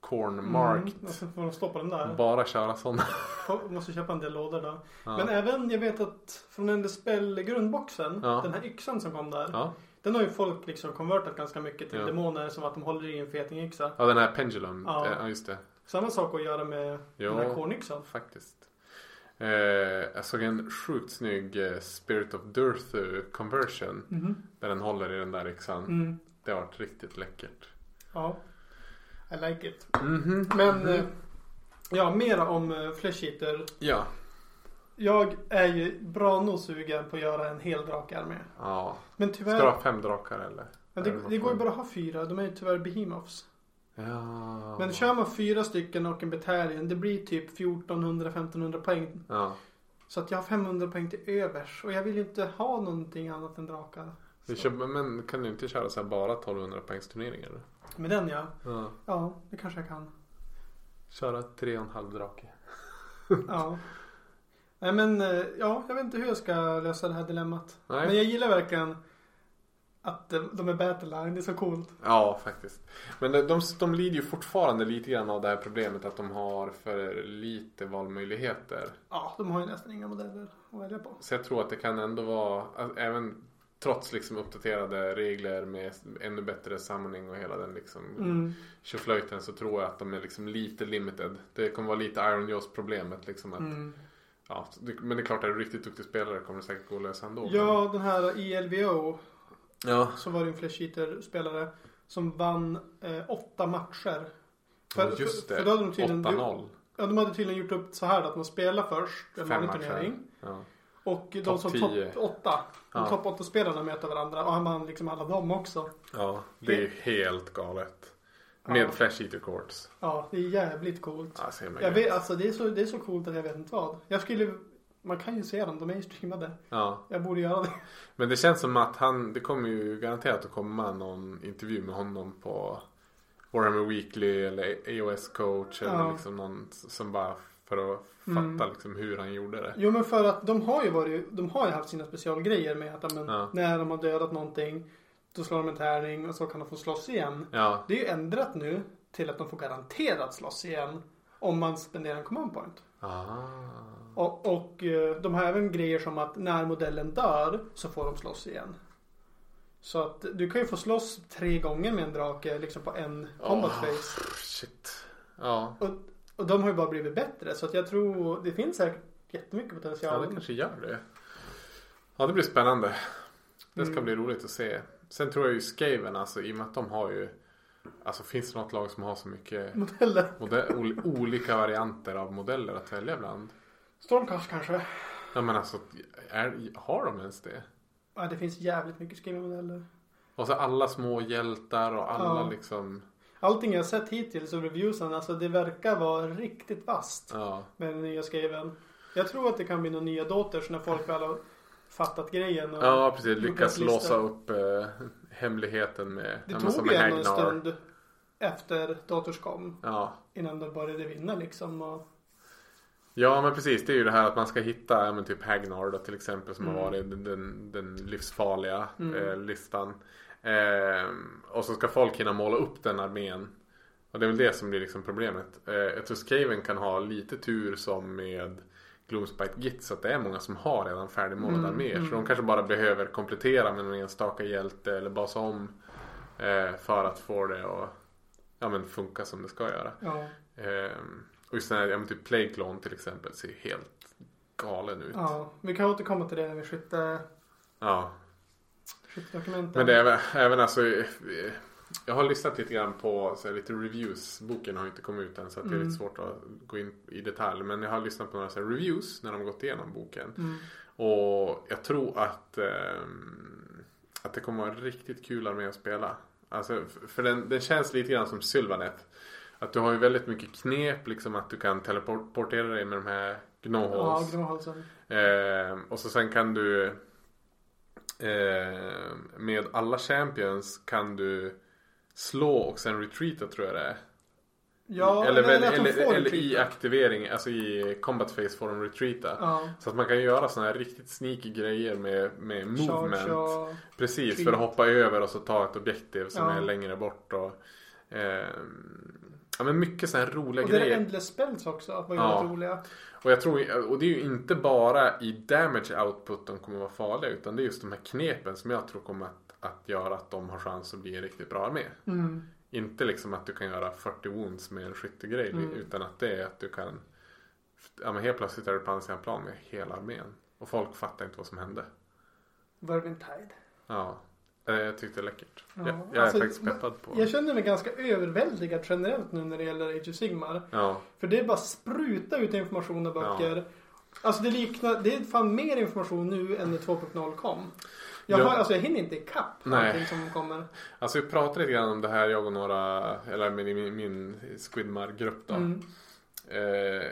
[SPEAKER 2] corn marked?
[SPEAKER 3] Mm, och så får de stoppa den där.
[SPEAKER 2] Bara köra sådana.
[SPEAKER 3] Får- Måste köpa en del lådor då.
[SPEAKER 2] Ja.
[SPEAKER 3] Men eh, även, jag vet att från en spel grundboxen,
[SPEAKER 2] Ja.
[SPEAKER 3] den här yxan som kom där.
[SPEAKER 2] Ja.
[SPEAKER 3] Den har ju folk liksom konvertat ganska mycket till
[SPEAKER 2] Ja.
[SPEAKER 3] demoner som att de håller i en feting yxa.
[SPEAKER 2] ja, den här pendulum. Eh,
[SPEAKER 3] Ja.
[SPEAKER 2] Ja, just det.
[SPEAKER 3] Samma sak att göra med
[SPEAKER 2] Jo.
[SPEAKER 3] den här kornyxan.
[SPEAKER 2] Faktiskt. Eh, jag såg en sjukt snygg eh, Spirit of Durthu conversion.
[SPEAKER 3] Mhm.
[SPEAKER 2] Där den håller i den där yxan.
[SPEAKER 3] Mm.
[SPEAKER 2] Det har varit riktigt läckert.
[SPEAKER 3] Ja, I like it.
[SPEAKER 2] Mhm.
[SPEAKER 3] Men eh, ja, mera om eh, Flesh Eater.
[SPEAKER 2] Ja.
[SPEAKER 3] Jag är ju bra nog sugen på att göra en hel drakarmé.
[SPEAKER 2] ja.
[SPEAKER 3] Men
[SPEAKER 2] Ska du
[SPEAKER 3] tyvärr,
[SPEAKER 2] ha fem drakar eller?
[SPEAKER 3] men det, det går ju bara att ha fyra. De är ju tyvärr behemoths.
[SPEAKER 2] Ja.
[SPEAKER 3] Men kör man fyra stycken och en Betalion, det blir typ 1400-1500 poäng.
[SPEAKER 2] Ja.
[SPEAKER 3] Så att jag har 500 poäng till övers. Och jag vill ju inte ha någonting annat än drakar.
[SPEAKER 2] Vi kör, men kan du inte köra så här bara 1200 poängsturneringar? eller?
[SPEAKER 3] Med den ja.
[SPEAKER 2] Ja.
[SPEAKER 3] Ja, det kanske jag kan.
[SPEAKER 2] Köra tre och en halv drake.
[SPEAKER 3] Ja. Nej men, eh, ja, jag vet inte hur jag ska lösa det här dilemmat.
[SPEAKER 2] Nej.
[SPEAKER 3] Men jag gillar verkligen att eh, de är battleline, det är så coolt.
[SPEAKER 2] Ja, faktiskt. Men de, de, de lider ju fortfarande lite grann av det här problemet att de har för lite valmöjligheter.
[SPEAKER 3] Ja, de har ju nästan inga modeller att välja på.
[SPEAKER 2] Så jag tror att det kan ändå vara, att även trots liksom uppdaterade regler med ännu bättre samling och hela den liksom
[SPEAKER 3] Mm.
[SPEAKER 2] tjoflöjten så tror jag att de är liksom lite limited. Det kommer vara lite Iron Jaws problemet liksom. Att,
[SPEAKER 3] Mm.
[SPEAKER 2] ja, det- men det är klart, är du riktigt duktig spelare kommer det säkert gå att lösa ändå.
[SPEAKER 3] Ja, den här E ILVO
[SPEAKER 2] Men- ja.
[SPEAKER 3] så var det en Flash Eater-spelare som vann eh, åtta matcher. För,
[SPEAKER 2] Just
[SPEAKER 3] för,
[SPEAKER 2] det,
[SPEAKER 3] för då hade de tydligen,
[SPEAKER 2] 8-0.
[SPEAKER 3] Ja, de hade tydligen gjort upp så här då, att man spelar först
[SPEAKER 2] Fem
[SPEAKER 3] en vanlig
[SPEAKER 2] matcher.
[SPEAKER 3] turnering.
[SPEAKER 2] Ja.
[SPEAKER 3] Och de
[SPEAKER 2] Topp
[SPEAKER 3] som
[SPEAKER 2] 10.
[SPEAKER 3] topp åtta, de
[SPEAKER 2] Ja.
[SPEAKER 3] topp åtta spelarna möter varandra och han vann liksom alla dem också.
[SPEAKER 2] ja, det är ju helt galet. Med
[SPEAKER 3] Ja.
[SPEAKER 2] Flash Eater Courts.
[SPEAKER 3] Ja, det är jävligt coolt.
[SPEAKER 2] Ja, ser man
[SPEAKER 3] Jag
[SPEAKER 2] ju.
[SPEAKER 3] vet, alltså det är, så, det är så coolt att jag vet inte vad. Jag skulle, man kan ju se dem, de är ju streamade.
[SPEAKER 2] Ja.
[SPEAKER 3] Jag borde göra det.
[SPEAKER 2] Men det känns som att han, det kommer ju garanterat att komma någon intervju med honom på Warhammer Weekly eller EOS coach eller
[SPEAKER 3] Ja. Mm.
[SPEAKER 2] liksom någon som bara för att fatta liksom hur han gjorde det.
[SPEAKER 3] Jo men för att de har ju varit, de har ju haft sina specialgrejer med att ja, men,
[SPEAKER 2] Ja.
[SPEAKER 3] när de har dödat någonting då slår de en tärning och så kan de få slåss igen.
[SPEAKER 2] Ja,
[SPEAKER 3] Det är ju ändrat nu till att de får garanterat slåss igen om man spenderar en command point.
[SPEAKER 2] Ah.
[SPEAKER 3] Och, och eh, de har även grejer som att när modellen dör så får de slåss igen. Så att du kan ju få slåss tre gånger med en drake liksom på en combat
[SPEAKER 2] Ah,
[SPEAKER 3] phase.
[SPEAKER 2] Shit. Ja.
[SPEAKER 3] Och, och de har ju bara blivit bättre så att jag tror det finns säkert jättemycket
[SPEAKER 2] ja,
[SPEAKER 3] potential.
[SPEAKER 2] det kanske gör det. Ja, det blir spännande. Det
[SPEAKER 3] Mm.
[SPEAKER 2] ska bli roligt att se. Sen tror jag ju Skaven, alltså i och med att de har ju... Alltså finns det något lag som har så mycket
[SPEAKER 3] Modeller.
[SPEAKER 2] modell, ol- olika varianter av modeller att välja bland?
[SPEAKER 3] Stormcast kanske?
[SPEAKER 2] Ja men alltså, är, har de ens det?
[SPEAKER 3] Ja, det finns jävligt mycket skrivna modeller.
[SPEAKER 2] Och så alla små hjältar och alla
[SPEAKER 3] Ja.
[SPEAKER 2] liksom,
[SPEAKER 3] Allting jag sett hittills och reviewsen, alltså det verkar vara riktigt vasst
[SPEAKER 2] ja.
[SPEAKER 3] med den nya skriven. Jag tror att det kan bli några nya doters när folk väl har fattat grejen. Och
[SPEAKER 2] Ja, precis. Lyckas
[SPEAKER 3] Gjort en lista.
[SPEAKER 2] låsa upp eh, hemligheten med...
[SPEAKER 3] det
[SPEAKER 2] ja, men
[SPEAKER 3] tog
[SPEAKER 2] som
[SPEAKER 3] ju ändå en
[SPEAKER 2] Hagnar.
[SPEAKER 3] stund efter Dotors kom
[SPEAKER 2] Ja.
[SPEAKER 3] innan de började vinna liksom. Och,
[SPEAKER 2] ja, men precis. Det är ju det här att man ska hitta ja, men typ Hagnar då, till exempel som har varit den- den, den livsfarliga eh, listan. Ehm, och så ska folk hinna måla upp den armén. Och det är väl det som blir liksom problemet. Eh, jag tror Skaven kan ha lite tur som med Gloomspite Git så att det är många som har redan färdigmålade arméer. Så de kanske bara behöver komplettera med någon enstaka hjälte eller basa om eh, för att få det att ja, men funka som det ska göra.
[SPEAKER 3] ja,
[SPEAKER 2] Ehm, och just den här, ja men typ Playclone till exempel ser ju helt galen ut. Ja.
[SPEAKER 3] ja, vi kan återkomma till det när vi skytte, skyttedokumenten.
[SPEAKER 2] Men det är även, även alltså. eh, Jag har lyssnat lite grann på så här, lite reviews. Boken har ju inte kommit ut än så att det är lite svårt att gå in i detalj. Men jag har lyssnat på några så här, reviews när de gått igenom boken.
[SPEAKER 3] Mm.
[SPEAKER 2] Och jag tror att, ehm, att det kommer vara riktigt kul armé att spela. Alltså, f- för den, den känns lite grann som Sylvanet. Att du har ju väldigt mycket knep, liksom att du kan teleportera dig med de här
[SPEAKER 3] Ja,
[SPEAKER 2] Gnoholes.
[SPEAKER 3] Gråhalsen.
[SPEAKER 2] Eh, och så sen kan du eh, med alla champions kan du slå och sen retreata tror jag det är.
[SPEAKER 3] Ja,
[SPEAKER 2] Mm, eller, väl-
[SPEAKER 3] att de
[SPEAKER 2] eller,
[SPEAKER 3] får
[SPEAKER 2] eller, i
[SPEAKER 3] retreata.
[SPEAKER 2] aktivering, alltså i combat phase får de retreata.
[SPEAKER 3] Ja.
[SPEAKER 2] Så att man kan göra sådana här riktigt sneaky grejer med, med movement.
[SPEAKER 3] Charge och...
[SPEAKER 2] Precis,
[SPEAKER 3] Fint.
[SPEAKER 2] för att hoppa över och så ta ett objektiv som
[SPEAKER 3] Ja.
[SPEAKER 2] är längre bort. Och, eh, ja, men mycket sådana här roliga
[SPEAKER 3] Och det är
[SPEAKER 2] grejer.
[SPEAKER 3] Endless Spells också, var ju
[SPEAKER 2] Ja.
[SPEAKER 3] väldigt roliga.
[SPEAKER 2] Och, jag tror, och det är ju inte bara i damage output de kommer vara farliga utan det är just de här knepen som jag tror kommer att, att göra att de har chans att bli en riktigt bra armé. Inte liksom att du kan göra 40 wounds med en skyttegrej
[SPEAKER 3] Mm.
[SPEAKER 2] utan att det är att du kan ja, men helt plötsligt är du på andra sidan plan med hela armén. Och folk fattar inte vad som hände.
[SPEAKER 3] Vermintide.
[SPEAKER 2] Ja, Eh, jag tyckte det är läckert.
[SPEAKER 3] Ja,
[SPEAKER 2] Jag, jag är
[SPEAKER 3] alltså,
[SPEAKER 2] faktiskt peppad på
[SPEAKER 3] Jag känner mig ganska överväldigad generellt nu när det gäller Age of Sigmar.
[SPEAKER 2] Ja,
[SPEAKER 3] För det är bara spruta ut information och böcker. Alltså det liknar, det är fan mer information nu än när 2.0 kom. Jag,
[SPEAKER 2] Ja.
[SPEAKER 3] har, alltså jag hinner inte ikapp
[SPEAKER 2] Nej.
[SPEAKER 3] allting som kommer.
[SPEAKER 2] alltså vi pratade lite grann om det här jag och några, eller min, min, min Squidmar-grupp då.
[SPEAKER 3] Mm.
[SPEAKER 2] Eh,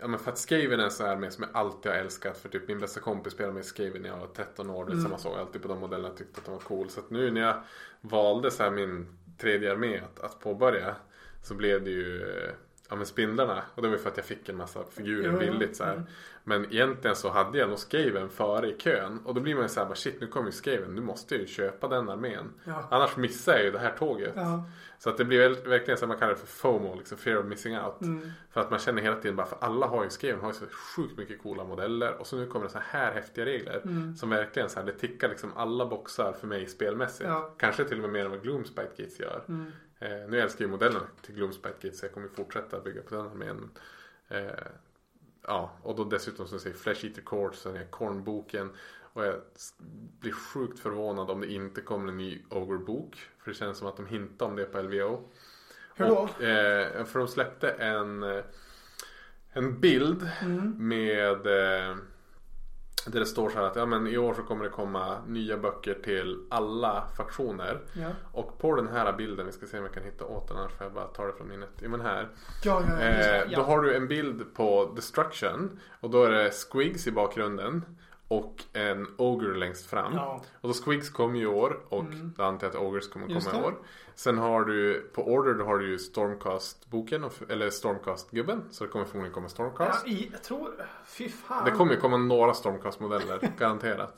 [SPEAKER 2] ja, men för att Skaven är så här med som jag alltid har älskat. För typ min bästa kompis spelade med Skaven när jag var 13 år.
[SPEAKER 3] Mm.
[SPEAKER 2] Liksom, Man såg alltid på de modellerna och tyckte att de var cool. Så att nu när jag valde så här min tredje armé att, att påbörja. Så blev det ju eh, ja, men spindlarna. Och det var ju för att jag fick en massa figurer
[SPEAKER 3] Jo, Mm. jo.
[SPEAKER 2] billigt. Så här. Men egentligen så hade jag nog Skaven före i kön. Och då blir man ju så här bara shit nu kommer ju Skaven. Nu måste jag ju köpa den armén.
[SPEAKER 3] Ja.
[SPEAKER 2] Annars missar jag ju det här tåget.
[SPEAKER 3] Ja.
[SPEAKER 2] Så att det blir väl, verkligen så här, man kallar det för FOMO, liksom fear of missing out.
[SPEAKER 3] Mm.
[SPEAKER 2] För att man känner hela tiden bara, för alla har ju skriven, har ju så sjukt mycket coola modeller och så nu kommer det så här häftiga regler.
[SPEAKER 3] Mm.
[SPEAKER 2] Som verkligen så här, det tickar liksom alla boxar för mig spelmässigt.
[SPEAKER 3] Ja.
[SPEAKER 2] Kanske till och med mer än vad Gloomspite Kids gör. Eh, nu älskar jag ju modellerna till Gloomspite Kids så jag kommer ju fortsätta bygga på den armén. Eh, ja, och då dessutom som du säger Flesh Eater Court, sen är Kornboken. Och jag s- blir sjukt förvånad om det inte kommer en ny Ogre-bok. För det känns som att de hintar om det på LVO.
[SPEAKER 3] Hur då?
[SPEAKER 2] Och, eh, för de släppte en, eh, en bild
[SPEAKER 3] Mm.
[SPEAKER 2] med eh, där det står så här att ja, men i år så kommer det komma nya böcker till alla faktioner.
[SPEAKER 3] Ja.
[SPEAKER 2] Och på den här bilden, vi ska se om jag kan hitta åt den annars får jag bara ta det från minnet. Jo men här.
[SPEAKER 3] Ja, ja, ja, just det.
[SPEAKER 2] Eh, då
[SPEAKER 3] Ja.
[SPEAKER 2] har du en bild på Destruction och då är det Squigs i bakgrunden och en Ogre längst fram.
[SPEAKER 3] Ja. Mm.
[SPEAKER 2] Och då Squigs kom ju i år och då antar jag att Ogres kommer
[SPEAKER 3] Just
[SPEAKER 2] komma i
[SPEAKER 3] det.
[SPEAKER 2] år. Sen har du på Order då har du ju Stormcast-boken och, eller Stormcast-gubben så det kommer förmodligen komma
[SPEAKER 3] Ja,
[SPEAKER 2] Stormcast.
[SPEAKER 3] i, jag tror, fy fan.
[SPEAKER 2] Det kommer ju komma några Stormcast-modeller, garanterat.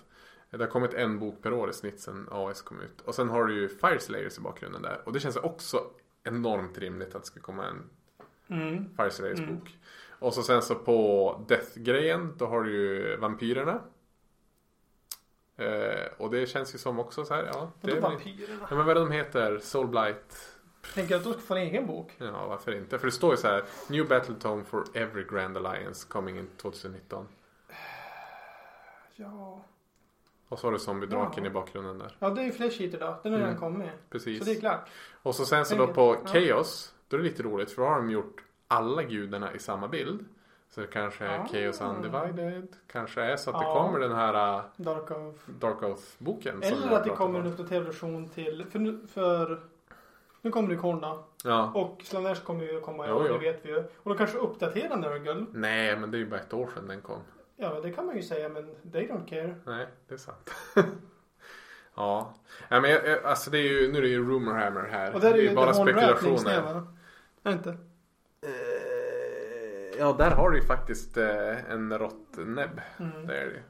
[SPEAKER 2] Det har kommit en bok per år i snitt sen AS kom ut. Och sen har du ju Fireslayers i bakgrunden där. Och det känns också enormt rimligt att det ska komma en
[SPEAKER 3] Mm.
[SPEAKER 2] Fireslayers bok. Och så sen så på Death-grejen, då har du ju Vampyrerna. Eh, och det känns ju som också så här, ja. Det
[SPEAKER 3] Vadå
[SPEAKER 2] är väl-
[SPEAKER 3] vampyrerna?
[SPEAKER 2] ja men vad är det de heter? Soulblight?
[SPEAKER 3] Tänker att de ska få en egen bok?
[SPEAKER 2] Ja, varför inte? För det står ju så här, New Battle Tome for Every Grand Alliance coming in 2019.
[SPEAKER 3] Ja.
[SPEAKER 2] Och så har du Zombie-draken
[SPEAKER 3] Ja.
[SPEAKER 2] i bakgrunden där.
[SPEAKER 3] Ja, det är ju Flesh Eater då.
[SPEAKER 2] Mm.
[SPEAKER 3] Den har redan kommit.
[SPEAKER 2] Precis.
[SPEAKER 3] Så det är klart.
[SPEAKER 2] Och så sen så då
[SPEAKER 3] Tänker-
[SPEAKER 2] på
[SPEAKER 3] ja.
[SPEAKER 2] Chaos, då är det lite roligt för då har de gjort alla gudarna i samma bild. Så det kanske är
[SPEAKER 3] Ah.
[SPEAKER 2] Chaos Undivided, kanske är så att det
[SPEAKER 3] Ja.
[SPEAKER 2] kommer den här äh,
[SPEAKER 3] Dark of...
[SPEAKER 2] Dark Oath-boken. som
[SPEAKER 3] Eller
[SPEAKER 2] jag
[SPEAKER 3] att det
[SPEAKER 2] pratade
[SPEAKER 3] kommer
[SPEAKER 2] om.
[SPEAKER 3] en uppdaterad version till... För, nu- för Nu kommer det Korna.
[SPEAKER 2] Ja.
[SPEAKER 3] Och Slanesh kommer ju komma i
[SPEAKER 2] Jo,
[SPEAKER 3] år,
[SPEAKER 2] jo.
[SPEAKER 3] det vet vi ju. Och de kanske uppdaterar Nurgle.
[SPEAKER 2] Nej, men det är ju bara ett år sedan den kom.
[SPEAKER 3] Ja, men det kan man ju säga, men they don't care.
[SPEAKER 2] Nej, det är sant. ja. Nej, men jag, jag, alltså det är ju, nu är det ju rumor hammer här.
[SPEAKER 3] Och där är
[SPEAKER 2] det
[SPEAKER 3] ju
[SPEAKER 2] är ju bara
[SPEAKER 3] The Horn Rat längst ner,
[SPEAKER 2] spekulationer.
[SPEAKER 3] va? Är det inte?
[SPEAKER 2] Eh, Ja, där har du ju faktiskt eh, en råttnäbb.
[SPEAKER 3] Mm.
[SPEAKER 2] Det är det ju.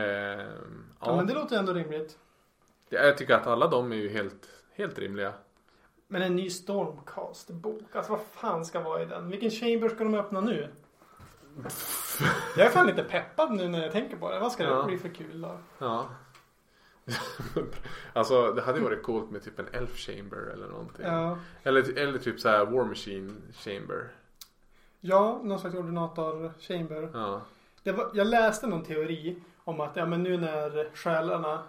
[SPEAKER 2] Eh,
[SPEAKER 3] Ja, men
[SPEAKER 2] ja.
[SPEAKER 3] det låter ändå rimligt.
[SPEAKER 2] Jag tycker att alla de är ju helt, helt rimliga.
[SPEAKER 3] Men en ny Stormcast-bok. Alltså vad fan ska vara i den? Vilken chamber ska de öppna nu? Jag är fan lite peppad nu när jag tänker på det. Vad ska
[SPEAKER 2] Ja.
[SPEAKER 3] det bli för kul då?
[SPEAKER 2] Ja. alltså det hade ju varit coolt med typ en elf chamber eller någonting.
[SPEAKER 3] Ja,
[SPEAKER 2] Eller, eller typ så här war machine chamber.
[SPEAKER 3] ja någon slags ordinator-chamber.
[SPEAKER 2] Ja.
[SPEAKER 3] Det var, jag läste någon teori om att ja, men nu när själarna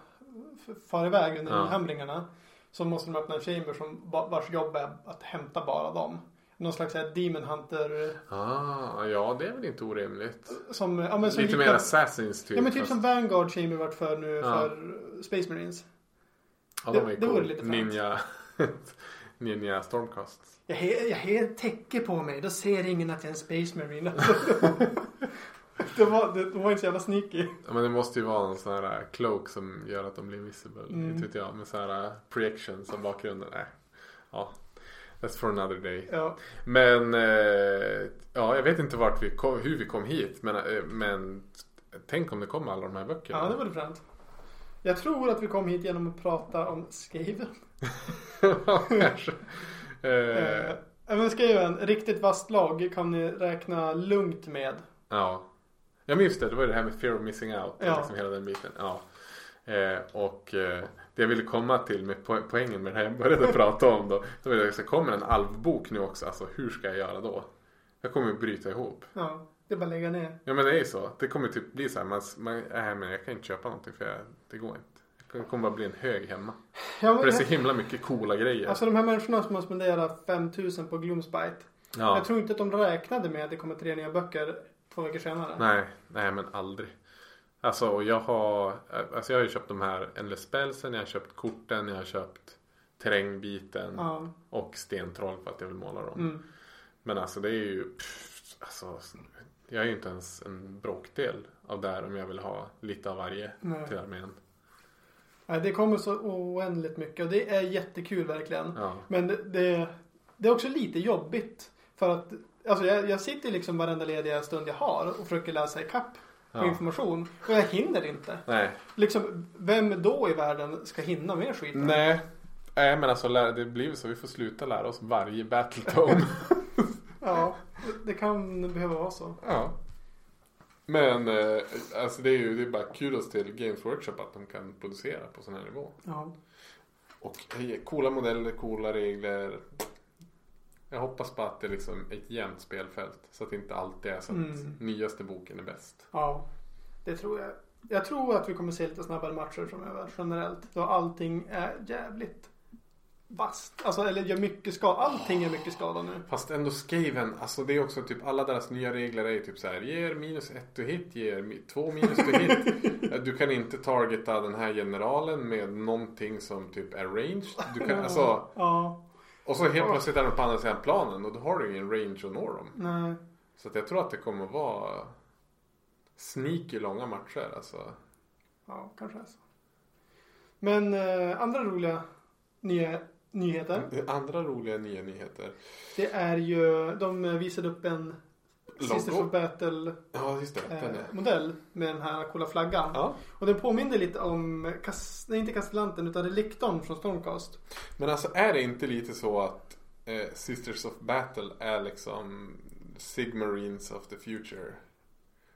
[SPEAKER 3] f- far iväg under
[SPEAKER 2] Ja.
[SPEAKER 3] inhamringarna så måste de öppna en chamber som, ba- vars jobb är att hämta bara dem. Någon slags så här demon hunter
[SPEAKER 2] Ah, ja, det är väl inte orimligt.
[SPEAKER 3] som... Ja, men som
[SPEAKER 2] Lite
[SPEAKER 3] gick
[SPEAKER 2] mer
[SPEAKER 3] att-
[SPEAKER 2] assassins typ.
[SPEAKER 3] Ja men typ
[SPEAKER 2] fast-
[SPEAKER 3] som Vanguard Chamber vart för nu
[SPEAKER 2] Ja.
[SPEAKER 3] för Space Marines.
[SPEAKER 2] ja,
[SPEAKER 3] det-
[SPEAKER 2] de är
[SPEAKER 3] det vore
[SPEAKER 2] cool.
[SPEAKER 3] lite fränt.
[SPEAKER 2] Ninja, Ninja stormcast.
[SPEAKER 3] Jag har jag he, täcke på mig, då ser ingen att jag är en Space Marine. det var, det, de var inte så jävla sneaky.
[SPEAKER 2] Ja, men det måste ju vara någon sån här äh, cloak som gör att de blir visible.
[SPEAKER 3] Mm.
[SPEAKER 2] Inte vet jag. Med sån här äh, projection som bakgrunden. Nej. Ja. That's for another day.
[SPEAKER 3] Ja.
[SPEAKER 2] Men eh, ja, jag vet inte vart vi kom, hur vi kom hit. Men, eh, men tänk om det kommer alla de här böckerna.
[SPEAKER 3] ja, det vore fränt. Jag tror att vi kom hit genom att prata om Skaven.
[SPEAKER 2] Ja, kanske.
[SPEAKER 3] Eh,
[SPEAKER 2] Eh,
[SPEAKER 3] men Skaven, riktigt vasst lag kan ni räkna lugnt med.
[SPEAKER 2] ja. ja, men just det. Det var ju det här med fear of missing out.
[SPEAKER 3] Ja.
[SPEAKER 2] Liksom hela den biten. Ja. Eh, och eh, det jag ville komma till med po- poängen med det här jag började prata om då. då var det, så kommer en alvbok nu också. Alltså hur ska jag göra då? Jag kommer ju bryta ihop.
[SPEAKER 3] Ja, det är bara att lägga ner.
[SPEAKER 2] Ja men det är ju så. Det kommer typ bli så här. Man, man, nej, men jag kan inte köpa någonting för jag, det går inte. Det kommer bara bli en hög hemma.
[SPEAKER 3] Ja,
[SPEAKER 2] För det är
[SPEAKER 3] men,
[SPEAKER 2] så himla mycket coola grejer.
[SPEAKER 3] alltså de här människorna som har spenderat 5000 på Gloomspite.
[SPEAKER 2] ja.
[SPEAKER 3] Jag tror inte att de räknade med att det kommer tre nya böcker två veckor senare.
[SPEAKER 2] Nej, nej men aldrig. Alltså och jag har, alltså jag har ju köpt de här Endless Spellsen, jag har köpt korten, jag har köpt terrängbiten
[SPEAKER 3] Ja.
[SPEAKER 2] och stentroll för att jag vill måla dem.
[SPEAKER 3] Mm.
[SPEAKER 2] Men alltså det är ju, pff, alltså jag är ju inte ens en bråkdel av det här om jag vill ha lite av varje
[SPEAKER 3] Nej.
[SPEAKER 2] till armén.
[SPEAKER 3] Nej, det kommer så oändligt mycket och det är jättekul verkligen.
[SPEAKER 2] Ja.
[SPEAKER 3] Men det, det, det är också lite jobbigt. För att alltså jag, jag sitter liksom varenda lediga stund jag har och försöker läsa ikapp på
[SPEAKER 2] Ja.
[SPEAKER 3] information. Och jag hinner inte.
[SPEAKER 2] Nej.
[SPEAKER 3] Liksom, vem då i världen ska hinna med skiten?
[SPEAKER 2] Nej. Nej men alltså lä- det blir ju så, vi får sluta lära oss varje Battletome.
[SPEAKER 3] Ja, det kan behöva vara så.
[SPEAKER 2] Ja. Men eh, alltså det är ju det är bara kudos till Games Workshop att de kan producera på sån här nivå.
[SPEAKER 3] Ja.
[SPEAKER 2] Och eh, coola modeller, coola regler. Jag hoppas på att det är liksom ett jämnt spelfält. Så att det inte alltid är så att
[SPEAKER 3] Mm.
[SPEAKER 2] nyaste boken är bäst.
[SPEAKER 3] ja, det tror jag. Jag tror att vi kommer se lite snabbare matcher framöver generellt. Då allting är jävligt vasst. Alltså, eller gör mycket skada. Allting är mycket skada nu.
[SPEAKER 2] Fast ändå Skaven, alltså det är också typ alla deras nya regler är ju typ så här. Ger minus ett to hit, ger mi- två minus to hit. Eh, Du kan inte targeta den här generalen med någonting som typ är ranged. Du kan, alltså,
[SPEAKER 3] Ja,
[SPEAKER 2] Och så helt plötsligt är de på andra sidan planen och då har du ingen range att nå dem.
[SPEAKER 3] nej.
[SPEAKER 2] Så att jag tror att det kommer att vara sneaky långa matcher. Alltså.
[SPEAKER 3] Ja, kanske är så. Men eh, andra roliga nya
[SPEAKER 2] Mm.
[SPEAKER 3] nyheter.
[SPEAKER 2] Andra roliga nya nyheter.
[SPEAKER 3] Det är ju, de visade upp en Sisters
[SPEAKER 2] Logo.
[SPEAKER 3] of Battle
[SPEAKER 2] Ja, just det. Den
[SPEAKER 3] eh,
[SPEAKER 2] är.
[SPEAKER 3] modell med den här coola flaggan.
[SPEAKER 2] Ja.
[SPEAKER 3] Och den påminner lite om, kas, nej inte kastellanten utan reliktorn från Stormcast.
[SPEAKER 2] Men alltså är det inte lite så att eh, Sisters of Battle är liksom Sigmarines of the future?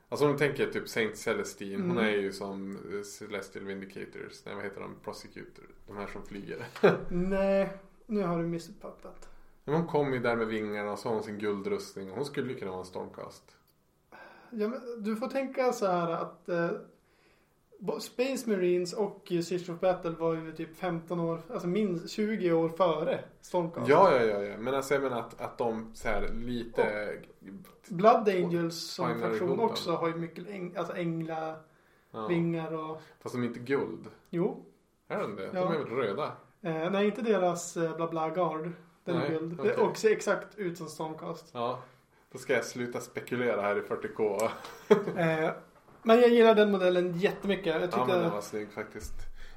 [SPEAKER 2] Alltså om du tänker typ Saint Celestine. Hon
[SPEAKER 3] Mm.
[SPEAKER 2] är ju som eh, Celestial Vindicators. Nej vad heter de? Prosecutor. De här som flyger.
[SPEAKER 3] Nej, nu har du missuppfattat.
[SPEAKER 2] Men hon kom ju där med vingarna och så har hon sin guldrustning. och Hon skulle ju kunna vara en Stormcast.
[SPEAKER 3] Ja, men du får tänka så här att eh, bo- Space Marines och eh, Sisters of Battle var ju typ 15 år, alltså minst 20 år före Stormcast.
[SPEAKER 2] Ja, ja, ja, ja. Men alltså jag menar att, att de så här lite...
[SPEAKER 3] Blood Angels
[SPEAKER 2] Final
[SPEAKER 3] som fraktion
[SPEAKER 2] Roboten.
[SPEAKER 3] också har ju mycket äng, alltså änglavingar
[SPEAKER 2] Ja,
[SPEAKER 3] och...
[SPEAKER 2] fast de är inte guld.
[SPEAKER 3] Jo,
[SPEAKER 2] Är de det?
[SPEAKER 3] Ja.
[SPEAKER 2] De är väl röda?
[SPEAKER 3] Eh, nej, inte deras eh, bla bla guard. Den
[SPEAKER 2] Nej,
[SPEAKER 3] är bild.
[SPEAKER 2] okej.
[SPEAKER 3] Det och ser exakt ut som Stormcast.
[SPEAKER 2] Ja. Då ska jag sluta spekulera här i 40K.
[SPEAKER 3] Eh, men jag gillar den modellen jättemycket. Jag
[SPEAKER 2] Ja
[SPEAKER 3] tyckte...
[SPEAKER 2] men den var snygg faktiskt.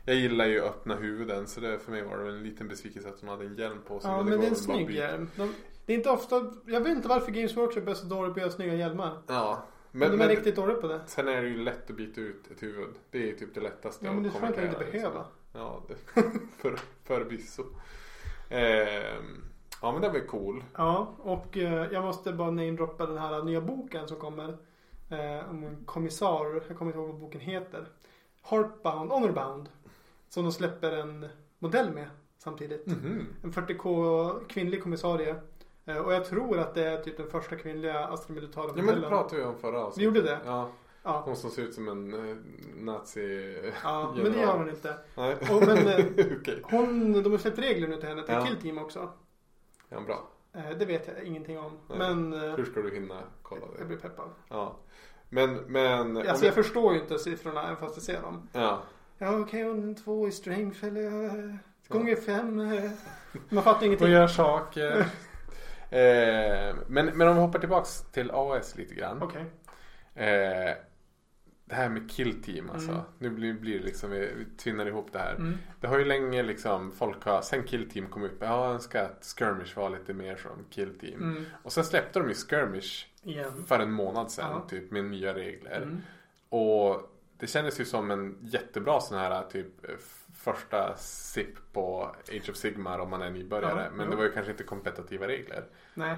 [SPEAKER 2] Jag gillar ju öppna huvuden så det, för mig var det väl en liten besvikelse att hon hade en hjälm på sig.
[SPEAKER 3] Ja, men
[SPEAKER 2] går
[SPEAKER 3] det är en
[SPEAKER 2] väl bara att
[SPEAKER 3] snygg
[SPEAKER 2] byta.
[SPEAKER 3] hjälm. De, det är inte ofta, jag vet inte varför Games Workshop är så dålig på att göra snygga hjälmar.
[SPEAKER 2] Ja.
[SPEAKER 3] Men,
[SPEAKER 2] Men,
[SPEAKER 3] de är
[SPEAKER 2] men
[SPEAKER 3] riktigt dåliga på det.
[SPEAKER 2] sen är det ju lätt att byta ut ett huvud. Det är ju typ det lättaste
[SPEAKER 3] Ja, men det
[SPEAKER 2] att
[SPEAKER 3] ska man inte
[SPEAKER 2] kommunicera, liksom.
[SPEAKER 3] behöva.
[SPEAKER 2] Ja, det, för, förvisso. Ehm, ja men den var ju cool.
[SPEAKER 3] Ja, och eh, jag måste bara namedroppa den här nya boken som kommer. Eh, om en kommissar, jag kommer inte ihåg vad boken heter. Heartbound, Honorbound. Som de släpper en modell med samtidigt.
[SPEAKER 2] Mhm.
[SPEAKER 3] En 40k kvinnlig kommissarie. Eh, och jag tror att det är typ den första kvinnliga Astrid Militara
[SPEAKER 2] Ja men
[SPEAKER 3] modellen.
[SPEAKER 2] det pratade vi om förra
[SPEAKER 3] Vi
[SPEAKER 2] avsnittet.
[SPEAKER 3] gjorde det?
[SPEAKER 2] Ja,
[SPEAKER 3] Ja.
[SPEAKER 2] hon som ser ut som en eh, nazi...
[SPEAKER 3] ja men det gör hon inte.
[SPEAKER 2] Nej.
[SPEAKER 3] Och, men, eh,
[SPEAKER 2] Okej.
[SPEAKER 3] Hon, de har släppt regler nu till henne, till
[SPEAKER 2] Ja.
[SPEAKER 3] Kill Team också.
[SPEAKER 2] Ja, bra.
[SPEAKER 3] Eh, det vet jag ingenting om.
[SPEAKER 2] Nej.
[SPEAKER 3] Men eh,
[SPEAKER 2] Hur ska du hinna kolla
[SPEAKER 3] jag
[SPEAKER 2] det?
[SPEAKER 3] blir peppad.
[SPEAKER 2] Ja. Men, men... om
[SPEAKER 3] Alltså jag förstår ju inte siffrorna även fast jag ser dem.
[SPEAKER 2] Ja.
[SPEAKER 3] Ja okej, okay, två i strength eller eh, gånger fem. eh. Man fattar ingenting.
[SPEAKER 2] Och gör saker. eh, men, men om vi hoppar tillbaks till AS lite grann.
[SPEAKER 3] Okej.
[SPEAKER 2] Eh, det här med kill team alltså.
[SPEAKER 3] Mm.
[SPEAKER 2] Nu blir, blir det liksom, vi, vi tvinnar ihop det här.
[SPEAKER 3] Mm.
[SPEAKER 2] Det har ju länge liksom, folk har, sen kill team kom upp, jag önskar att skirmish var lite mer som kill team.
[SPEAKER 3] Mm.
[SPEAKER 2] Och sen släppte de ju skirmish
[SPEAKER 3] Igen.
[SPEAKER 2] för en månad sedan
[SPEAKER 3] Ja.
[SPEAKER 2] typ med nya regler.
[SPEAKER 3] Mm.
[SPEAKER 2] Och det kändes ju som en jättebra sån här typ eh, första sipp på Age of Sigmar om man är nybörjare.
[SPEAKER 3] Ja,
[SPEAKER 2] men
[SPEAKER 3] jo.
[SPEAKER 2] det var ju kanske inte kompetitiva regler.
[SPEAKER 3] Nej.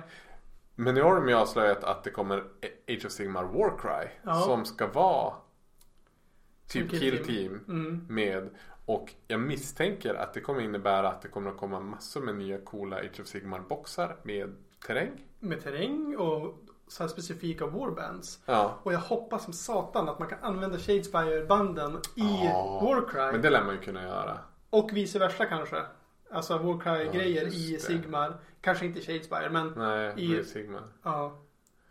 [SPEAKER 2] Men nu har de ju avslöjat att det kommer Age of Sigmar Warcry
[SPEAKER 3] Ja.
[SPEAKER 2] som ska vara typ
[SPEAKER 3] Som
[SPEAKER 2] kill,
[SPEAKER 3] kill
[SPEAKER 2] team,
[SPEAKER 3] Mm.
[SPEAKER 2] med och jag misstänker att det kommer innebära att det kommer att komma massor med nya coola Age of Sigmar boxar med terräng.
[SPEAKER 3] Med terräng och så här specifika warbands.
[SPEAKER 2] Ja.
[SPEAKER 3] Och jag hoppas som satan att man kan använda Shadespire-banden i
[SPEAKER 2] Ja.
[SPEAKER 3] Warcry.
[SPEAKER 2] Men det lär man ju kunna göra.
[SPEAKER 3] Och vice versa kanske. Alltså
[SPEAKER 2] Ja,
[SPEAKER 3] Warcry-grejer
[SPEAKER 2] just
[SPEAKER 3] i
[SPEAKER 2] det.
[SPEAKER 3] Sigmar. Kanske inte i Shadespire men
[SPEAKER 2] Nej,
[SPEAKER 3] I-
[SPEAKER 2] med Sigmar.
[SPEAKER 3] ja.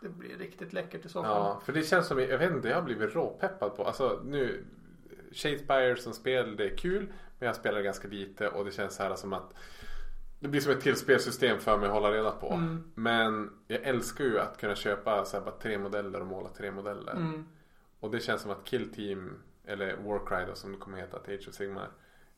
[SPEAKER 3] Det blir riktigt läckert i så fall.
[SPEAKER 2] Ja, för det känns som, jag vet inte, jag har blivit råpeppad på, alltså nu, Shadespire som spel, det är kul, men jag spelar ganska lite och det känns så här som att det blir som ett till spelsystem för mig att hålla reda på.
[SPEAKER 3] Mm.
[SPEAKER 2] Men jag älskar ju att kunna köpa så här bara tre modeller och måla tre modeller.
[SPEAKER 3] Mm.
[SPEAKER 2] Och det känns som att Kill Team, eller Warcry då, som det kommer heta till Age of Sigmar,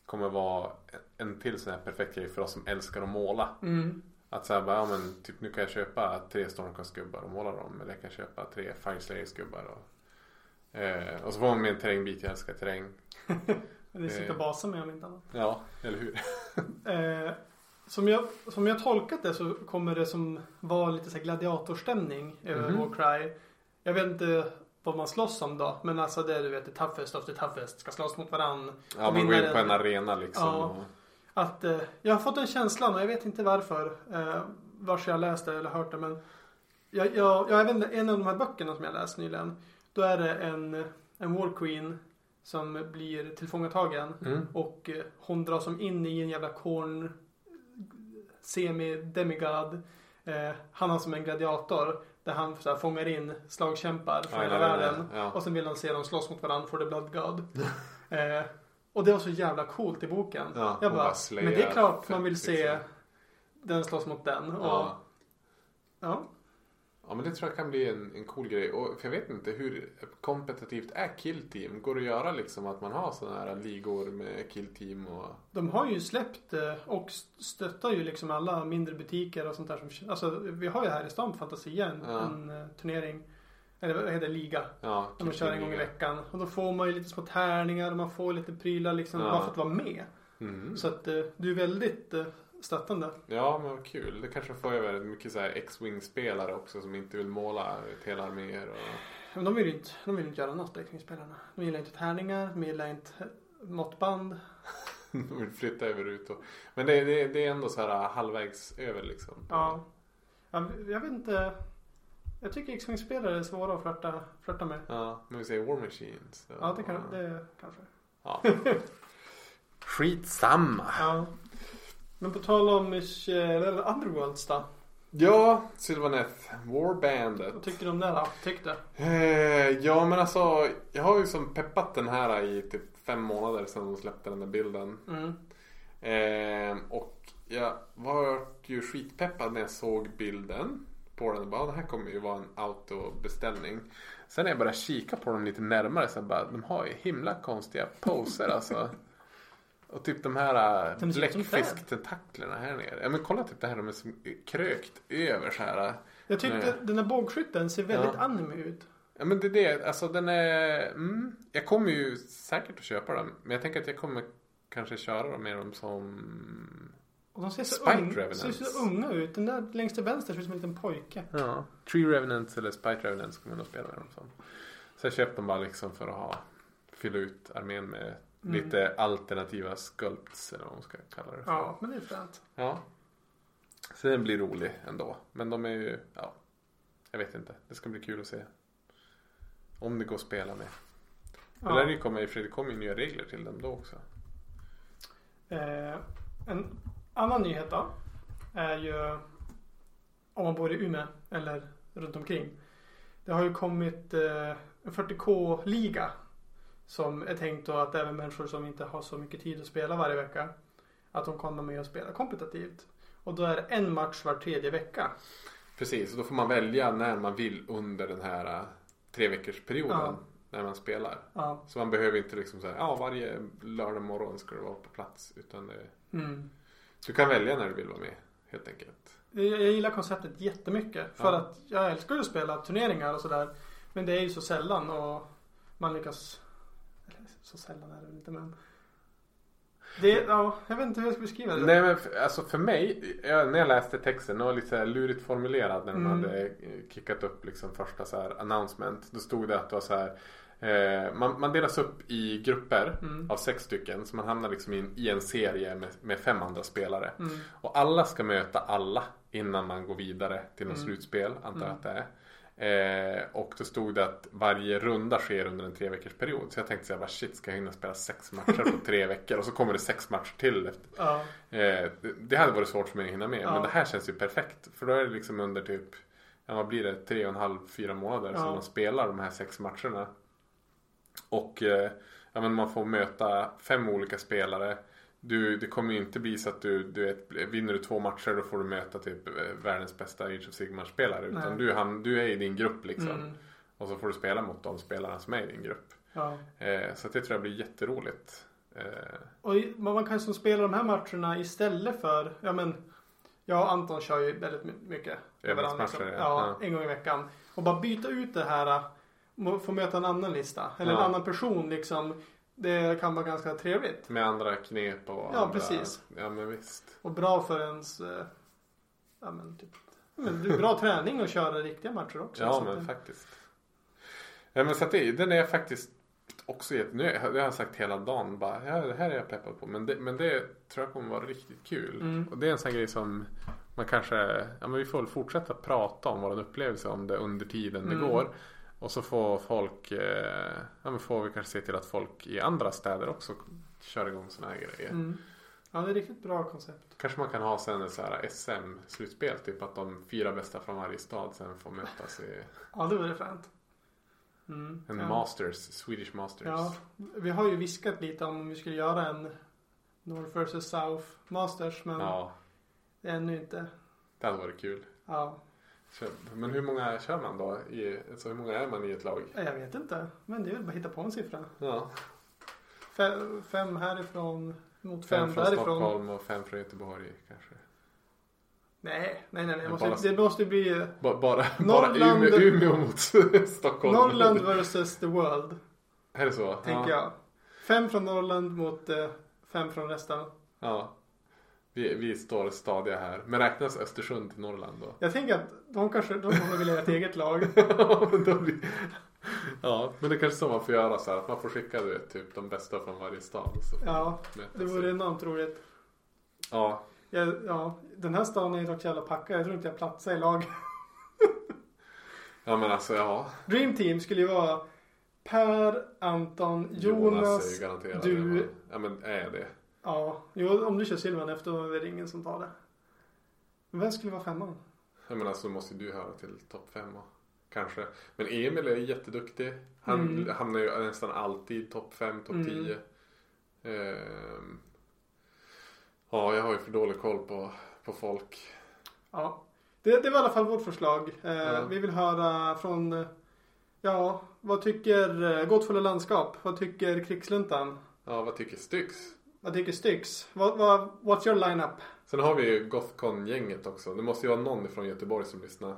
[SPEAKER 2] kommer vara en till sån här perfekt grej för oss som älskar att måla.
[SPEAKER 3] Mm.
[SPEAKER 2] Att så här bara, ja men typ nu kan jag köpa tre Stormcast-gubbar och måla dem. Eller jag kan köpa tre Fireslayer-gubbar och... Eh, och så får man med en terrängbit, jag älskar terräng.
[SPEAKER 3] Men Det sitter
[SPEAKER 2] Eh.
[SPEAKER 3] basen med om inte annat.
[SPEAKER 2] Ja, eller hur?
[SPEAKER 3] Eh, som, jag, som jag tolkat det så kommer det som vara lite så här gladiatorstämning över
[SPEAKER 2] Mhm.
[SPEAKER 3] Warcry. Jag vet inte vad man slåss om då. Men alltså det är du vet the toughest of the toughest. Ska slåss mot varann.
[SPEAKER 2] Ja, man
[SPEAKER 3] Och
[SPEAKER 2] går in på
[SPEAKER 3] vinnaren-
[SPEAKER 2] en arena liksom.
[SPEAKER 3] Ja.
[SPEAKER 2] och-
[SPEAKER 3] Att eh, jag har fått en känslan och jag vet inte varför. Eh, vars jag läst det eller hört det men. Jag, jag, jag även en av de här böckerna som jag läst nyligen. Då är det en, en War Queen som blir tillfångatagen.
[SPEAKER 2] Mm.
[SPEAKER 3] Och eh, hon dras som in i en jävla korn. Semi demigod. Eh, han har som en gladiator. Där han så här, fångar in slagkämpar från
[SPEAKER 2] Ja,
[SPEAKER 3] hela
[SPEAKER 2] ja, ja,
[SPEAKER 3] världen.
[SPEAKER 2] ja.
[SPEAKER 3] Och sen vill han se dem slåss mot varandra för the blood god. eh, och det var så jävla coolt i boken.
[SPEAKER 2] Ja, hon
[SPEAKER 3] jag bara,
[SPEAKER 2] bara slayar
[SPEAKER 3] men det är klart
[SPEAKER 2] fett,
[SPEAKER 3] man vill se
[SPEAKER 2] liksom."
[SPEAKER 3] den slåss mot den. Och,
[SPEAKER 2] Ja.
[SPEAKER 3] ja. Ja.
[SPEAKER 2] ja, men det tror jag kan bli en, en cool grej. Och, för jag vet inte, hur kompetitivt är Kill Team? Går det att göra liksom att man har sådana här ligor med Kill Team och...
[SPEAKER 3] De har ju släppt eh, och stöttar ju liksom alla mindre butiker och sånt där. Som, alltså, vi har ju här i stan Fantasia en,
[SPEAKER 2] Ja.
[SPEAKER 3] en eh, turnering. Eller vad heter det? Liga.
[SPEAKER 2] Ja,
[SPEAKER 3] Som man
[SPEAKER 2] Kill
[SPEAKER 3] kör en
[SPEAKER 2] Team
[SPEAKER 3] gång i
[SPEAKER 2] ligor.
[SPEAKER 3] veckan. Och då får man ju lite små tärningar och man får lite prylar liksom
[SPEAKER 2] Ja.
[SPEAKER 3] bara för att vara med.
[SPEAKER 2] Mm.
[SPEAKER 3] Så att eh, du är väldigt eh, stöttande.
[SPEAKER 2] Ja, men vad kul. Det kanske får över mycket så här X-Wing-spelare också som inte vill måla ett hela arméer. Och...
[SPEAKER 3] Men de vill ju inte, de vill inte göra något X-Wing-spelarna. De gillar inte tärningar, de gillar inte måttband.
[SPEAKER 2] De vill flytta över ut. Och... Men det, det, det är ändå så här halvvägs över liksom.
[SPEAKER 3] Ja. ja jag vet inte. Jag tycker X-Wing-spelare är svåra att flörta, flörta med.
[SPEAKER 2] Ja, men vi säger War Machines. så-
[SPEAKER 3] Ja, det, kan, det kanske.
[SPEAKER 2] Ja. Skitsamma.
[SPEAKER 3] Ja. Men på tal om eh, eller Underworlds då.
[SPEAKER 2] Ja, Sylvaneth. Warbandet.
[SPEAKER 3] Vad tycker du om det då? Tyckte?
[SPEAKER 2] Eh, ja men alltså jag har ju som peppat den här i typ fem månader sedan de släppte den där bilden.
[SPEAKER 3] Mm.
[SPEAKER 2] Eh, och jag var ju skitpeppad när jag såg bilden på den. Och bara, "Ah, det här kommer ju vara en autobeställning. Sen när jag började kika på dem lite närmare så bara, de har ju himla konstiga poser alltså. Och typ de här äh,
[SPEAKER 3] De ser ut som träd.
[SPEAKER 2] bläckfisktentaclerna här nere. Ja men kolla typ det här, de är som krökt över så här. äh.
[SPEAKER 3] Jag tyckte
[SPEAKER 2] Nej.
[SPEAKER 3] den här bågskytten ser väldigt
[SPEAKER 2] Ja.
[SPEAKER 3] anime ut.
[SPEAKER 2] Ja men det är det, alltså den är, mm, jag kommer ju säkert att köpa den. Men jag tänker att jag kommer kanske köra dem med dem som,
[SPEAKER 3] Och de ser så,
[SPEAKER 2] Spike
[SPEAKER 3] un...
[SPEAKER 2] Revenants.
[SPEAKER 3] ser så unga ut. Den där längst till vänster ser ut som en liten pojke.
[SPEAKER 2] ja, Tree Revenants eller Spite Revenants kommer jag nog spela med dem som. Så jag köpte dem bara liksom för att ha, fylla ut armén med
[SPEAKER 3] Mm.
[SPEAKER 2] lite alternativa skulpts eller vad man ska kalla det för.
[SPEAKER 3] Ja, men det är fränt.
[SPEAKER 2] ja. Så den blir rolig ändå. Men de är ju, ja, jag vet inte. Det ska bli kul att se. Om det går att spela med. Det lär ju
[SPEAKER 3] Ja.
[SPEAKER 2] komma i och för sig, det kommer ju nya regler till dem då också.
[SPEAKER 3] Eh, en annan nyhet då. Är ju om man bor i Umeå eller runt omkring. Det har ju kommit eh, en 40k-liga. Som är tänkt då att även människor som inte har så mycket tid att spela varje vecka. Att de kommer med och spelar kompetitivt. Och då är det en match var tredje vecka.
[SPEAKER 2] Precis, och då får man välja när man vill under den här äh, tre veckors perioden
[SPEAKER 3] Ja.
[SPEAKER 2] när man spelar.
[SPEAKER 3] Ja.
[SPEAKER 2] Så man behöver inte liksom säga ja varje lördag morgon ska du vara på plats. Utan det,
[SPEAKER 3] Mm.
[SPEAKER 2] du kan välja när du vill vara med helt enkelt.
[SPEAKER 3] Jag jag gillar konceptet jättemycket. För
[SPEAKER 2] Ja.
[SPEAKER 3] att jag älskar ju att spela turneringar och sådär. Men det är ju så sällan och man lyckas... Eller så sällan är det väl inte men... Det, ja, jag vet inte hur jag ska beskriva det.
[SPEAKER 2] Nej men för, alltså för mig, jag, när jag läste texten, den var lite så här lurigt formulerad när de
[SPEAKER 3] Mm.
[SPEAKER 2] hade eh, kickat upp liksom första så här announcement. Då stod det att det var så här, eh, man, man delas upp i grupper
[SPEAKER 3] Mm.
[SPEAKER 2] av sex stycken. Så man hamnar liksom i en, i en serie med, med fem andra spelare.
[SPEAKER 3] Mm.
[SPEAKER 2] Och alla ska möta alla innan man går vidare till något slutspel, antar jag att det är. Eh, och då stod det att varje runda sker under en tre veckors period. Så jag tänkte såhär, shit ska jag hinna spela sex matcher på tre veckor? Och så kommer det sex matcher till. Efter.
[SPEAKER 3] Ja.
[SPEAKER 2] Eh, det- det hade varit svårt för mig att hinna med.
[SPEAKER 3] Ja.
[SPEAKER 2] Men det här känns ju perfekt. För då är det liksom under typ, ja, vad blir det, tre och en halv, fyra månader
[SPEAKER 3] Ja.
[SPEAKER 2] som man spelar de här sex matcherna. Och eh, ja, men man får möta fem olika spelare. Du, det kommer ju inte bli så att du, du vet, vinner du två matcher då får du möta typ eh, världens bästa Age of Sigmar-spelare. Utan
[SPEAKER 3] Nej.
[SPEAKER 2] du, ham- du är i din grupp liksom.
[SPEAKER 3] Mm.
[SPEAKER 2] Och så får du spela mot de spelarna som är i din grupp.
[SPEAKER 3] ja.
[SPEAKER 2] Eh, så att det tror jag blir jätteroligt. Eh,
[SPEAKER 3] Och i- men man kan ju som spela de här matcherna istället för... Ja men... Jag och Anton kör ju väldigt my- mycket.
[SPEAKER 2] Övningsmatcher,
[SPEAKER 3] liksom.
[SPEAKER 2] ja.
[SPEAKER 3] ja. En gång i veckan. Och bara byta ut det här. må- Få möta en annan lista. Eller
[SPEAKER 2] Ja.
[SPEAKER 3] en annan person liksom. Det kan vara ganska trevligt.
[SPEAKER 2] Med andra knep och
[SPEAKER 3] Ja,
[SPEAKER 2] andra...
[SPEAKER 3] precis.
[SPEAKER 2] Ja, men visst.
[SPEAKER 3] Och bra för ens... Eh, ja, men typ, men det är bra träning att köra riktiga matcher också.
[SPEAKER 2] Ja,
[SPEAKER 3] Så
[SPEAKER 2] men
[SPEAKER 3] att det-
[SPEAKER 2] faktiskt. Ja, men så att det, den är jag faktiskt också jätte... Nu har jag det har jag sagt hela dagen bara, ja, det här är jag peppad på. Men det, men det tror jag kommer vara riktigt kul.
[SPEAKER 3] Mm.
[SPEAKER 2] Och det är en sån grej som man kanske... Ja, men vi får väl fortsätta prata om vår upplevelse om det under tiden det
[SPEAKER 3] Mm.
[SPEAKER 2] går. Och så får folk... eh, Ja, men får vi kanske se till att folk i andra städer också kör igång såna här grejer.
[SPEAKER 3] Mm. Ja, det är riktigt bra koncept.
[SPEAKER 2] Kanske man kan ha sen ett så här SM-slutspel, typ att de fyra bästa från varje stad sen får mötas i
[SPEAKER 3] Ja, det vore fränt. Mm.
[SPEAKER 2] en
[SPEAKER 3] ja.
[SPEAKER 2] Masters, Swedish Masters.
[SPEAKER 3] Ja, vi har ju viskat lite om vi skulle göra en North vs South Masters, men
[SPEAKER 2] Ja,
[SPEAKER 3] det är ännu inte.
[SPEAKER 2] det hade varit kul.
[SPEAKER 3] Ja,
[SPEAKER 2] Kör- Men hur många kör man då? I, alltså hur många är man i ett lag?
[SPEAKER 3] jag vet inte. Men det är väl bara att hitta på en siffra.
[SPEAKER 2] Ja,
[SPEAKER 3] Fem, fem härifrån mot
[SPEAKER 2] fem,
[SPEAKER 3] fem,
[SPEAKER 2] från
[SPEAKER 3] därifrån.
[SPEAKER 2] Stockholm och fem från Göteborg kanske.
[SPEAKER 3] Nej, nej, nej. nej. Det
[SPEAKER 2] Men
[SPEAKER 3] måste,
[SPEAKER 2] bara-
[SPEAKER 3] det måste bli
[SPEAKER 2] Ba, bara bara
[SPEAKER 3] Norrland-
[SPEAKER 2] Umeå, Umeå mot Stockholm.
[SPEAKER 3] Norrland vs the world.
[SPEAKER 2] Är det så?
[SPEAKER 3] Tänker
[SPEAKER 2] ja.
[SPEAKER 3] jag. Fem från Norrland mot eh, fem från resten.
[SPEAKER 2] Ja. Vi, vi står stadiga här. Men räknas Östersund till Norrland då?
[SPEAKER 3] Jag tänker att de kanske de kommer vilja göra ett eget lag.
[SPEAKER 2] Ja, men då blir... Ja, men det är kanske så man får göra så här att man får skicka du vet, typ de bästa från varje stad. Så.
[SPEAKER 3] Ja,
[SPEAKER 2] Mäta
[SPEAKER 3] det vore
[SPEAKER 2] sig.
[SPEAKER 3] enormt roligt.
[SPEAKER 2] Ja,
[SPEAKER 3] Jag, ja, den här stan är ju dock så jävla packad. Jag tror inte jag platsar i lag.
[SPEAKER 2] ja men alltså ja.
[SPEAKER 3] Dream Team skulle ju vara Per, Anton,
[SPEAKER 2] är ju
[SPEAKER 3] Jonas.
[SPEAKER 2] garanterad
[SPEAKER 3] du-
[SPEAKER 2] det, men- Ja men är det.
[SPEAKER 3] Ja, jo, om du kör Silvan efter då är det ingen som tar det. Men vem skulle vara femman?
[SPEAKER 2] Ja men alltså då måste ju du höra till topp fem och, kanske. Men Emil är ju jätteduktig. Han
[SPEAKER 3] Mm.
[SPEAKER 2] hamnar ju nästan alltid topp fem, topp
[SPEAKER 3] Mm.
[SPEAKER 2] tio. Ehm, Ja, jag har ju för dålig koll på, på folk.
[SPEAKER 3] Ja. Det, det var i alla fall vårt förslag. Eh,
[SPEAKER 2] Ja.
[SPEAKER 3] Vi vill höra från, eh, ja, vad tycker eh, Gåtfulla landskap? Vad tycker Krigsluntan?
[SPEAKER 2] Ja, vad tycker Styx?
[SPEAKER 3] Vad tycker Styx? Vad, vad, what's your lineup?
[SPEAKER 2] Sen har vi ju Gothcon-gänget också. Det måste ju vara någon från Göteborg som lyssnar.
[SPEAKER 3] Ja,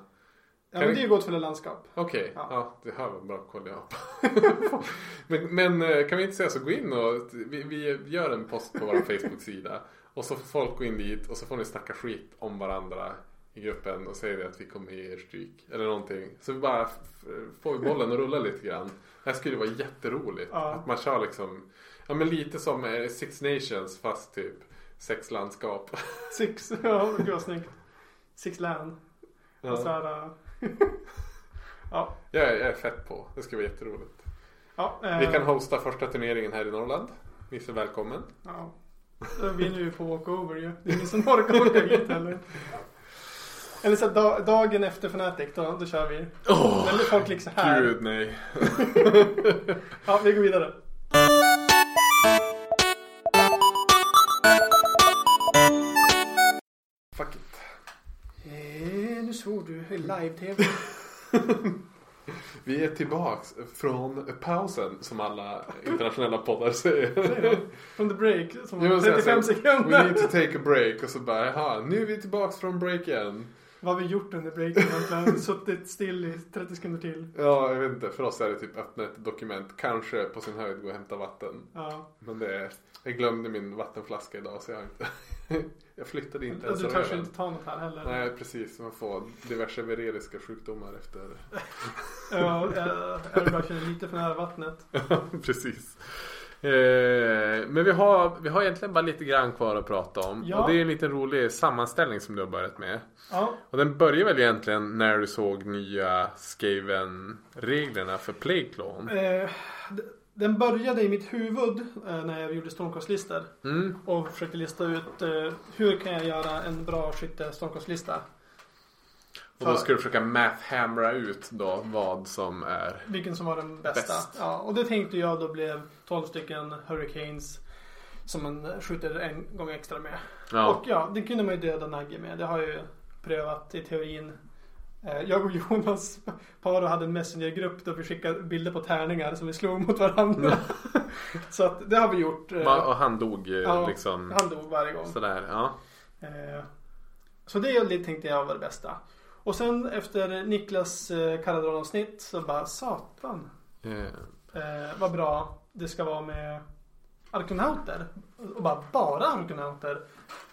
[SPEAKER 2] Kan
[SPEAKER 3] men
[SPEAKER 2] vi-
[SPEAKER 3] det är ju Gåtfulla landskap.
[SPEAKER 2] Okej,
[SPEAKER 3] Ja.
[SPEAKER 2] ja. det här var bra koll jag har på. men, men eh, kan vi inte säga så, gå in och vi, vi gör en post på vår Facebook-sida. Och så får folk gå in dit och så får ni snacka skit om varandra i gruppen och säger att vi kommer ge er stryk. Eller någonting. Så vi bara f- f- får vi bollen att rulla lite grann. Det här skulle vara jätteroligt.
[SPEAKER 3] Ja.
[SPEAKER 2] Att man kör liksom, ja men lite som eh, Six Nations fast typ sex landskap.
[SPEAKER 3] Six, ja, gud vad snyggt. Six län.
[SPEAKER 2] Ja.
[SPEAKER 3] Och så här, eh, ja,
[SPEAKER 2] Jag, är- jag är fett på, det ska vara jätteroligt.
[SPEAKER 3] ja, eh,
[SPEAKER 2] Vi kan hosta första turneringen här i Norrland. Ni är så välkommen.
[SPEAKER 3] ja. Då vinner vi på walkover ju. Det är ingen som orkar åka hit heller. Eller så här, da, dagen efter Fnatic, då, då kör vi.
[SPEAKER 2] Åh,
[SPEAKER 3] Eller folk liksom här.
[SPEAKER 2] gud nej.
[SPEAKER 3] Ja, vi går vidare.
[SPEAKER 2] Fuck it.
[SPEAKER 3] Eh, nu svor du i live-tv.
[SPEAKER 2] Vi är tillbaks från pausen som alla internationella poddar säger.
[SPEAKER 3] Från the break, som
[SPEAKER 2] Jo,
[SPEAKER 3] var
[SPEAKER 2] men sen-
[SPEAKER 3] 35
[SPEAKER 2] sen- We
[SPEAKER 3] sekunder.
[SPEAKER 2] need to take a break och så bara jaha, nu är vi tillbaks från break igen.
[SPEAKER 3] Vad har vi gjort under breaken egentligen? Suttit still i 30 sekunder till.
[SPEAKER 2] Ja, jag vet inte. För oss är det typ öppna ett dokument. Kanske på sin höjd gå och hämta vatten.
[SPEAKER 3] Ja.
[SPEAKER 2] Men det är, jag glömde min vattenflaska idag så jag har inte. jag flyttade inte
[SPEAKER 3] Och Du Alltså, törs
[SPEAKER 2] röven.
[SPEAKER 3] inte ta något här heller.
[SPEAKER 2] Nej, precis. Man får diverse vireliska sjukdomar efter.
[SPEAKER 3] Ja, eh, jag bara känner lite för nära vattnet.
[SPEAKER 2] Precis. Eh, men vi har, vi har egentligen bara lite grann kvar att prata om.
[SPEAKER 3] Ja.
[SPEAKER 2] Och det är en liten rolig sammanställning som du har börjat med.
[SPEAKER 3] Ja,
[SPEAKER 2] Och den börjar väl egentligen när du såg nya Skaven-reglerna för Playclone.
[SPEAKER 3] eh, d- den började i mitt huvud eh, när jag gjorde stormkastlistor.
[SPEAKER 2] Mm.
[SPEAKER 3] Och försökte lista ut eh, hur kan jag göra en bra skytte stormkastlista.
[SPEAKER 2] Och då ska du försöka math-hamra ut då vad som är...
[SPEAKER 3] Vilken som var den bästa.
[SPEAKER 2] Bäst.
[SPEAKER 3] Ja, och det tänkte jag då blev 12 stycken Hurricanes. Som man skjuter en gång extra med.
[SPEAKER 2] Ja,
[SPEAKER 3] Och ja, det kunde man ju döda Nagge med. Det har jag ju prövat i teorin. Eh, Jag och Jonas Paro hade en messengergrupp där vi skickade bilder på tärningar som vi slog mot varandra. Så att det har vi gjort. Eh,
[SPEAKER 2] Ma- och han dog eh,
[SPEAKER 3] ja,
[SPEAKER 2] liksom
[SPEAKER 3] Han dog varje gång.
[SPEAKER 2] sådär. Ja.
[SPEAKER 3] Eh, Så det li- tänkte jag var det bästa. Och sen efter Niklas eh, Caradron-avsnitt så bara satan
[SPEAKER 2] Eh,
[SPEAKER 3] eh, vad bra det ska vara med arkonauter. Och bara bara arkonauter.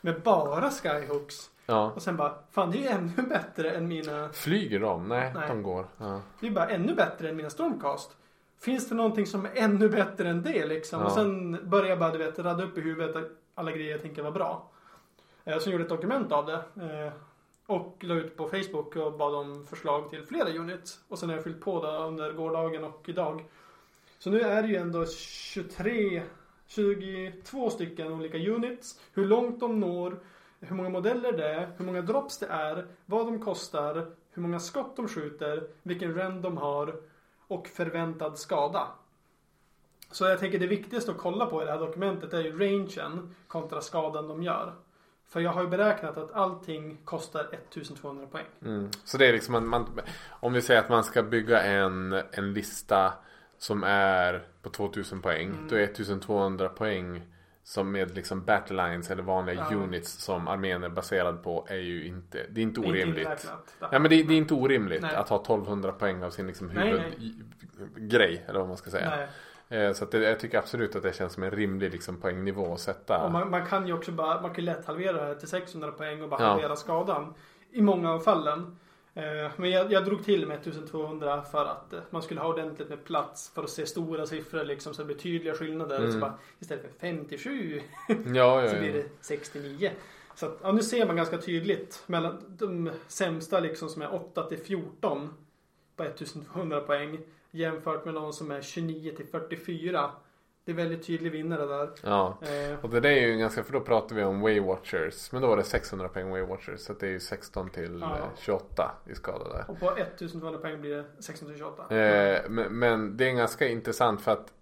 [SPEAKER 3] Med bara skyhooks.
[SPEAKER 2] ja.
[SPEAKER 3] Och sen bara, fan det är ju ännu bättre än mina,
[SPEAKER 2] Flyger de? Nej,
[SPEAKER 3] Nej.
[SPEAKER 2] de går. Ja.
[SPEAKER 3] det är bara ännu bättre än mina stormcast. Finns det någonting som är ännu bättre än det liksom? Och
[SPEAKER 2] Ja.
[SPEAKER 3] sen började jag bara, du vet, radda upp i huvudet alla grejer jag tänker var bra. Eh, Så gjorde jag ett dokument av det. eh, Och la ut på Facebook och bad om förslag till flera units. Och sen har jag fyllt på det under gårdagen och idag. Så nu är det ju ändå 23, 22 stycken olika units. Hur långt de når, hur många modeller det är, hur många drops det är, vad de kostar, hur många skott de skjuter, vilken rend de har och förväntad skada. Så jag tänker det viktigaste att kolla på i det här dokumentet är ju rangen kontra skadan de gör. För jag har ju beräknat att allting kostar 1200 poäng.
[SPEAKER 2] Mm. Så det är liksom man, man, om vi säger att man ska bygga en, en lista som är på 2000 poäng.
[SPEAKER 3] Mm.
[SPEAKER 2] Då är 1200 poäng som med liksom battlelines eller vanliga
[SPEAKER 3] Ja.
[SPEAKER 2] units som armén är baserad på är ju inte, det är inte
[SPEAKER 3] Det är inte
[SPEAKER 2] orimligt.
[SPEAKER 3] inräknat där.
[SPEAKER 2] Ja, men det, det är inte orimligt
[SPEAKER 3] Nej.
[SPEAKER 2] att ha 1200 poäng av sin liksom
[SPEAKER 3] Nej,
[SPEAKER 2] huvudgrej. Eller vad man ska säga.
[SPEAKER 3] Nej.
[SPEAKER 2] Eh, Så att det, jag tycker absolut att det känns som en rimlig liksom, poängnivå att sätta.
[SPEAKER 3] Och man, man kan ju också bara, man kan ju lätt halvera det här till 600 poäng och bara
[SPEAKER 2] Ja.
[SPEAKER 3] halvera skadan. I många av fallen. Eh, Men jag, jag drog till med 1200 för att eh, man skulle ha ordentligt med plats för att se stora siffror liksom så det blir tydliga skillnader. Så bara, istället för 57
[SPEAKER 2] Ja, ja,
[SPEAKER 3] så blir
[SPEAKER 2] ja.
[SPEAKER 3] det 69. Så att, ja, nu ser man ganska tydligt mellan de sämsta liksom som är 8 till 14 på 1200 poäng jämfört med de som är 29 till 44. Det är väldigt tydlig vinnare där.
[SPEAKER 2] ja.
[SPEAKER 3] Eh,
[SPEAKER 2] Och det där är ju ganska, för då pratar vi om Waywatchers. Men då var det 600 poäng Waywatchers. Så att det är ju 16 till
[SPEAKER 3] Ja.
[SPEAKER 2] eh, 28 i skada där.
[SPEAKER 3] Och på 1200 poäng blir det 1628.
[SPEAKER 2] Eh, men, men det är ganska intressant för att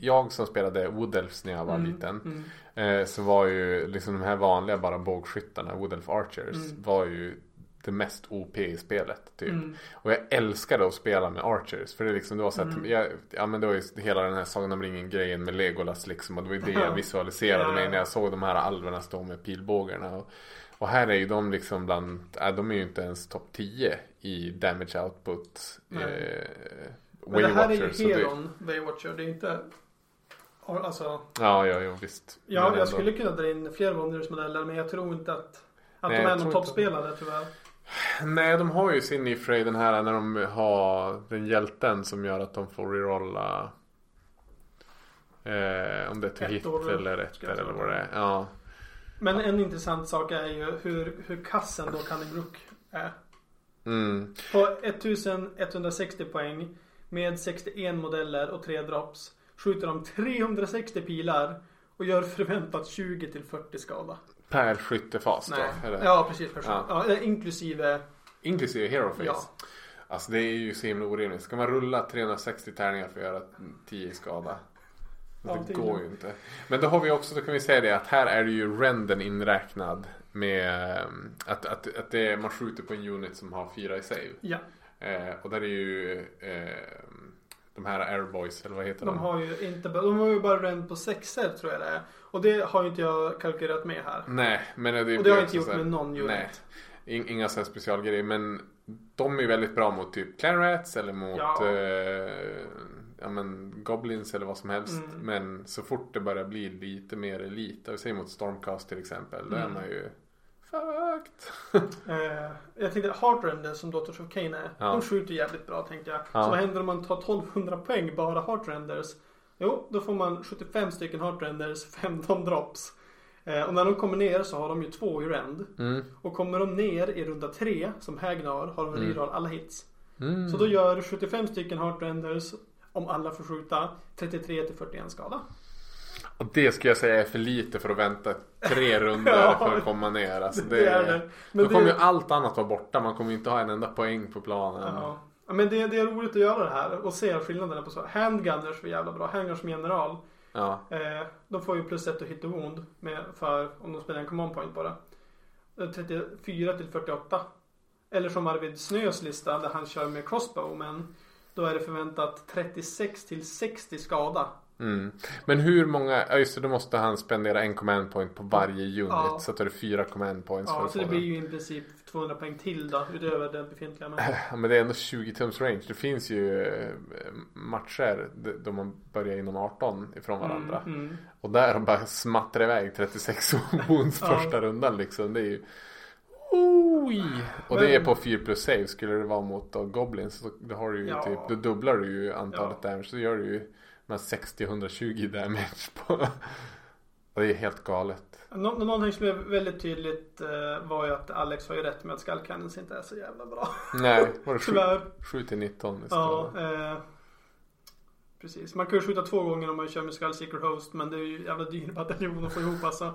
[SPEAKER 2] jag som spelade Wodelfs när jag var
[SPEAKER 3] Mm.
[SPEAKER 2] liten. Eh, så var ju liksom de här vanliga bara bågskyttarna, Wodelf Archers, var ju det mest OP i spelet. Typ.
[SPEAKER 3] Mm.
[SPEAKER 2] Och jag älskade att spela med Archers. För det, är liksom, det var så att,
[SPEAKER 3] Mm.
[SPEAKER 2] jag, ja, men det var ju hela den här Sagan om ringen grejen med Legolas liksom. Och det var ju det jag visualiserade
[SPEAKER 3] Ja.
[SPEAKER 2] mig när jag såg de här alverna stå med pilbågarna. Och, och här är ju de liksom bland, äh, de är ju inte ens topp 10 i damage output. Eh,
[SPEAKER 3] Nej. Men det här är
[SPEAKER 2] Waywatcher. så
[SPEAKER 3] ju
[SPEAKER 2] det-
[SPEAKER 3] Heron Waywatcher. Det är inte... Alltså,
[SPEAKER 2] Ja, ja, jo, visst.
[SPEAKER 3] ja,
[SPEAKER 2] Men
[SPEAKER 3] jag
[SPEAKER 2] ändå.
[SPEAKER 3] skulle kunna dra in fler Wanderers-modeller men jag tror inte att,
[SPEAKER 2] Nej,
[SPEAKER 3] att de
[SPEAKER 2] jag
[SPEAKER 3] är någon
[SPEAKER 2] tror
[SPEAKER 3] toppspelare tyvärr.
[SPEAKER 2] Nej, de har ju sin Ifray den här när de har den hjälten som gör att de får rerolla. Eh, om det är to
[SPEAKER 3] Ettor,
[SPEAKER 2] hit eller
[SPEAKER 3] ska jag
[SPEAKER 2] ettor eller
[SPEAKER 3] tro.
[SPEAKER 2] vad det är. Ja.
[SPEAKER 3] Men en intressant sak är ju hur, hur kassen då Cunning Brook är.
[SPEAKER 2] Mm.
[SPEAKER 3] På 1160 poäng med 61 modeller och 3 drops skjuter de 360 pilar och gör förväntat 20 till 40 skada.
[SPEAKER 2] Per skyttefas då. Eller?
[SPEAKER 3] Ja, precis. precis.
[SPEAKER 2] Ja.
[SPEAKER 3] Ja. eh, inklusive...
[SPEAKER 2] Inklusive hero face.
[SPEAKER 3] Ja.
[SPEAKER 2] Alltså det är ju så himla orimligt. Ska man rulla 360 tärningar för att göra 10 i skada?
[SPEAKER 3] Ja,
[SPEAKER 2] Det
[SPEAKER 3] det är
[SPEAKER 2] går
[SPEAKER 3] ju-
[SPEAKER 2] ju inte. Men då har vi också, då kan vi säga det att här är det ju renden inräknad med eh, att, att, att det är, man skjuter på en unit som har fyra i save.
[SPEAKER 3] Ja,
[SPEAKER 2] Eh, och där är ju eh, de här airboys, eller vad heter de?
[SPEAKER 3] de har ju inte... De har ju bara rent på sexer tror jag det är. Och det har ju inte jag kalkylerat med här.
[SPEAKER 2] Nej, men det,
[SPEAKER 3] Och det
[SPEAKER 2] blir
[SPEAKER 3] har jag
[SPEAKER 2] också
[SPEAKER 3] inte gjort
[SPEAKER 2] så här-
[SPEAKER 3] med någon unit.
[SPEAKER 2] Nej, in, inga så här specialgrejer. Men de är ju väldigt bra mot typ Clarets eller mot
[SPEAKER 3] Ja.
[SPEAKER 2] Eh, ja, men Goblins eller vad som helst.
[SPEAKER 3] Mm.
[SPEAKER 2] Men så fort det börjar bli lite mer elit, och säg mot Stormcast till exempel, då är
[SPEAKER 3] Mm.
[SPEAKER 2] man ju fucked.
[SPEAKER 3] Eh, jag tänkte Heartrender som Daughters of Kane är.
[SPEAKER 2] Ja.
[SPEAKER 3] De skjuter jävligt bra tänkte jag.
[SPEAKER 2] Ja.
[SPEAKER 3] Så vad händer om man tar 1200 poäng bara Heartrenders? Jo, då får man 75 stycken Heartrenders, 15 drops. Eh, och när de kommer ner så har de ju två i rend.
[SPEAKER 2] Mm.
[SPEAKER 3] Och kommer de ner i runda tre, som Hagnar, har de
[SPEAKER 2] Mm.
[SPEAKER 3] reroll alla hits.
[SPEAKER 2] Mm.
[SPEAKER 3] Så då gör du 75 stycken Heartrenders, om alla får skjuta, 33 till 41 skada.
[SPEAKER 2] Och det ska jag säga är för lite för att vänta tre runder
[SPEAKER 3] Ja.
[SPEAKER 2] för att komma ner. Alltså, det,
[SPEAKER 3] Det är det. Men
[SPEAKER 2] då kommer
[SPEAKER 3] det-
[SPEAKER 2] ju allt annat vara borta. Man kommer ju inte ha en enda poäng på planen.
[SPEAKER 3] Ja. Ja, Men det, det är roligt att göra det här och se skillnaderna på så. Handgunners var jävla bra. Handgunners som general.
[SPEAKER 2] Ja.
[SPEAKER 3] Eh, de får ju plus ett att hitta wound med, för om de spelar en command point bara. Eh, 34 till 48. Eller som Arvid Snös lista där han kör med crossbowmen. Då är det förväntat 36 till 60 skada.
[SPEAKER 2] Mm. Men hur många, ja just det, då måste han spendera en command point på varje unit.
[SPEAKER 3] Ja.
[SPEAKER 2] Så att det är fyra command points för
[SPEAKER 3] Ja,
[SPEAKER 2] att
[SPEAKER 3] så
[SPEAKER 2] få
[SPEAKER 3] det blir
[SPEAKER 2] den.
[SPEAKER 3] ju i princip 200 poäng till då utöver den befintliga. Men,
[SPEAKER 2] Ja, men det är ändå 20 tums range. Det finns ju eh, matcher d- då man börjar inom 18 ifrån varandra.
[SPEAKER 3] mm.
[SPEAKER 2] Och där bara smattrar iväg 36 wounds
[SPEAKER 3] Ja.
[SPEAKER 2] första rundan liksom. Det är ju... Oj! Och det är
[SPEAKER 3] Men-
[SPEAKER 2] på 4 plus save. Skulle det vara mot då goblins så då, har du ju
[SPEAKER 3] Ja.
[SPEAKER 2] typ, då dubblar du ju antalet damage. Så gör du ju med 60-120 damage på... Det är helt galet.
[SPEAKER 3] Nå- någonting som är väldigt tydligt eh, var ju att Alex har ju rätt med att Skull Cannons inte är så jävla bra.
[SPEAKER 2] Nej, var det 7,
[SPEAKER 3] Tyvärr.
[SPEAKER 2] 7 till 19 i
[SPEAKER 3] Ja,
[SPEAKER 2] skala.
[SPEAKER 3] eh, precis. Man kan ju skjuta två gånger om man kör med Skull Secret Host men det är ju jävla dyr bataljon att få ihop alltså.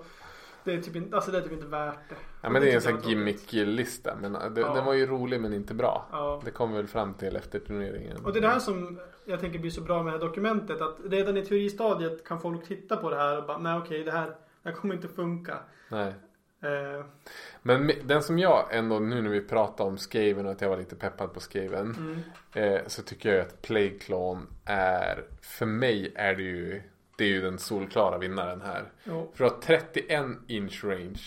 [SPEAKER 3] Det är typ inte, alltså det är typ inte värt det.
[SPEAKER 2] Ja, men det är en sån
[SPEAKER 3] tycker jag
[SPEAKER 2] här
[SPEAKER 3] var tråkigt.
[SPEAKER 2] gimmick-lista. Men eh, det,
[SPEAKER 3] Ja.
[SPEAKER 2] den var ju rolig men inte bra.
[SPEAKER 3] Ja.
[SPEAKER 2] Det kom vi väl fram till efter turneringen.
[SPEAKER 3] Och det är det här som jag tänker blir så bra med det här dokumentet. Att redan i teoristadiet kan folk titta på det här och bara nej okej det här, det här kommer inte funka.
[SPEAKER 2] Nej.
[SPEAKER 3] Eh,
[SPEAKER 2] Men mi- den som jag ändå nu när vi pratar om Skaven och att jag var lite peppad på Skaven. Eh, så tycker jag att Plague Clone är, för mig är det ju, det är ju den solklara vinnaren här.
[SPEAKER 3] jo,
[SPEAKER 2] För du har 31 inch range.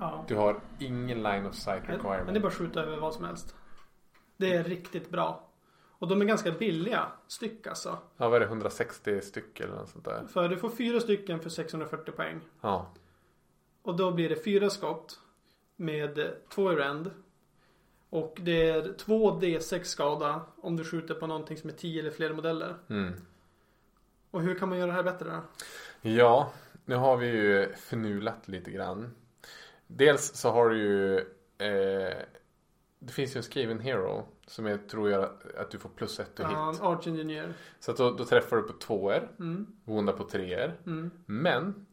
[SPEAKER 3] ja.
[SPEAKER 2] Du har ingen line of sight
[SPEAKER 3] Men men
[SPEAKER 2] requirement.
[SPEAKER 3] det är bara att skjuta över vad som helst. Det är riktigt bra. Och de är ganska billiga styck alltså.
[SPEAKER 2] Ja, vad är det? 160 stycken eller något sånt där.
[SPEAKER 3] För du får fyra stycken för 640 poäng.
[SPEAKER 2] Ja.
[SPEAKER 3] Och då blir det fyra skott med två i rend. Och det är två D6 skada om du skjuter på någonting som är 10 eller fler modeller.
[SPEAKER 2] Mm.
[SPEAKER 3] Och hur kan man göra det här bättre då?
[SPEAKER 2] Ja, nu har vi ju fnulat lite grann. Dels så har du ju... Eh, det finns ju en skriven hero som jag tror gör att- att du får plus ett och hit.
[SPEAKER 3] Ja, en Arch Engineer.
[SPEAKER 2] Så att då, då träffar du på tvåor,
[SPEAKER 3] Mm,
[SPEAKER 2] vondar på treor.
[SPEAKER 3] mm,
[SPEAKER 2] Men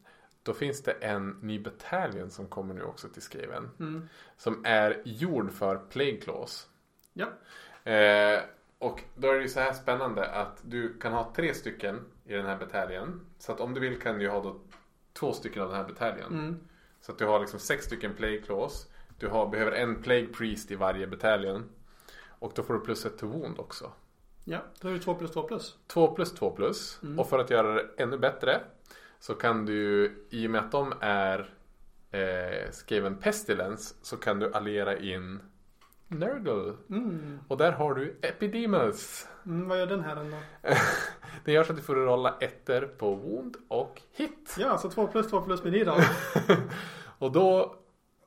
[SPEAKER 2] då finns det en ny bataljon som kommer nu också till skriven.
[SPEAKER 3] mm.
[SPEAKER 2] Som är gjord för Plague Claws.
[SPEAKER 3] Ja.
[SPEAKER 2] Eh, Och då är det ju så här spännande att du kan ha tre stycken i den här bataljen. Så att om du vill kan du ju ha då två stycken av den här bataljen.
[SPEAKER 3] Mm.
[SPEAKER 2] Så att du har liksom sex stycken plague claws. Du har, behöver en plague priest i varje bataljen. Och då får du plus ett till wound också.
[SPEAKER 3] Ja, då är det två plus två plus.
[SPEAKER 2] 2 plus 2 plus. Och för att göra det ännu bättre så kan du ju, i och med att de är eh, skriven pestilence så kan du alliera in Nurgle.
[SPEAKER 3] Mm.
[SPEAKER 2] Och där har du Epidemus.
[SPEAKER 3] Mm, vad gör den här då?
[SPEAKER 2] Det gör så att du får rolla ettor på wound och hit.
[SPEAKER 3] Ja, så två plus två plus med ni då.
[SPEAKER 2] Och då,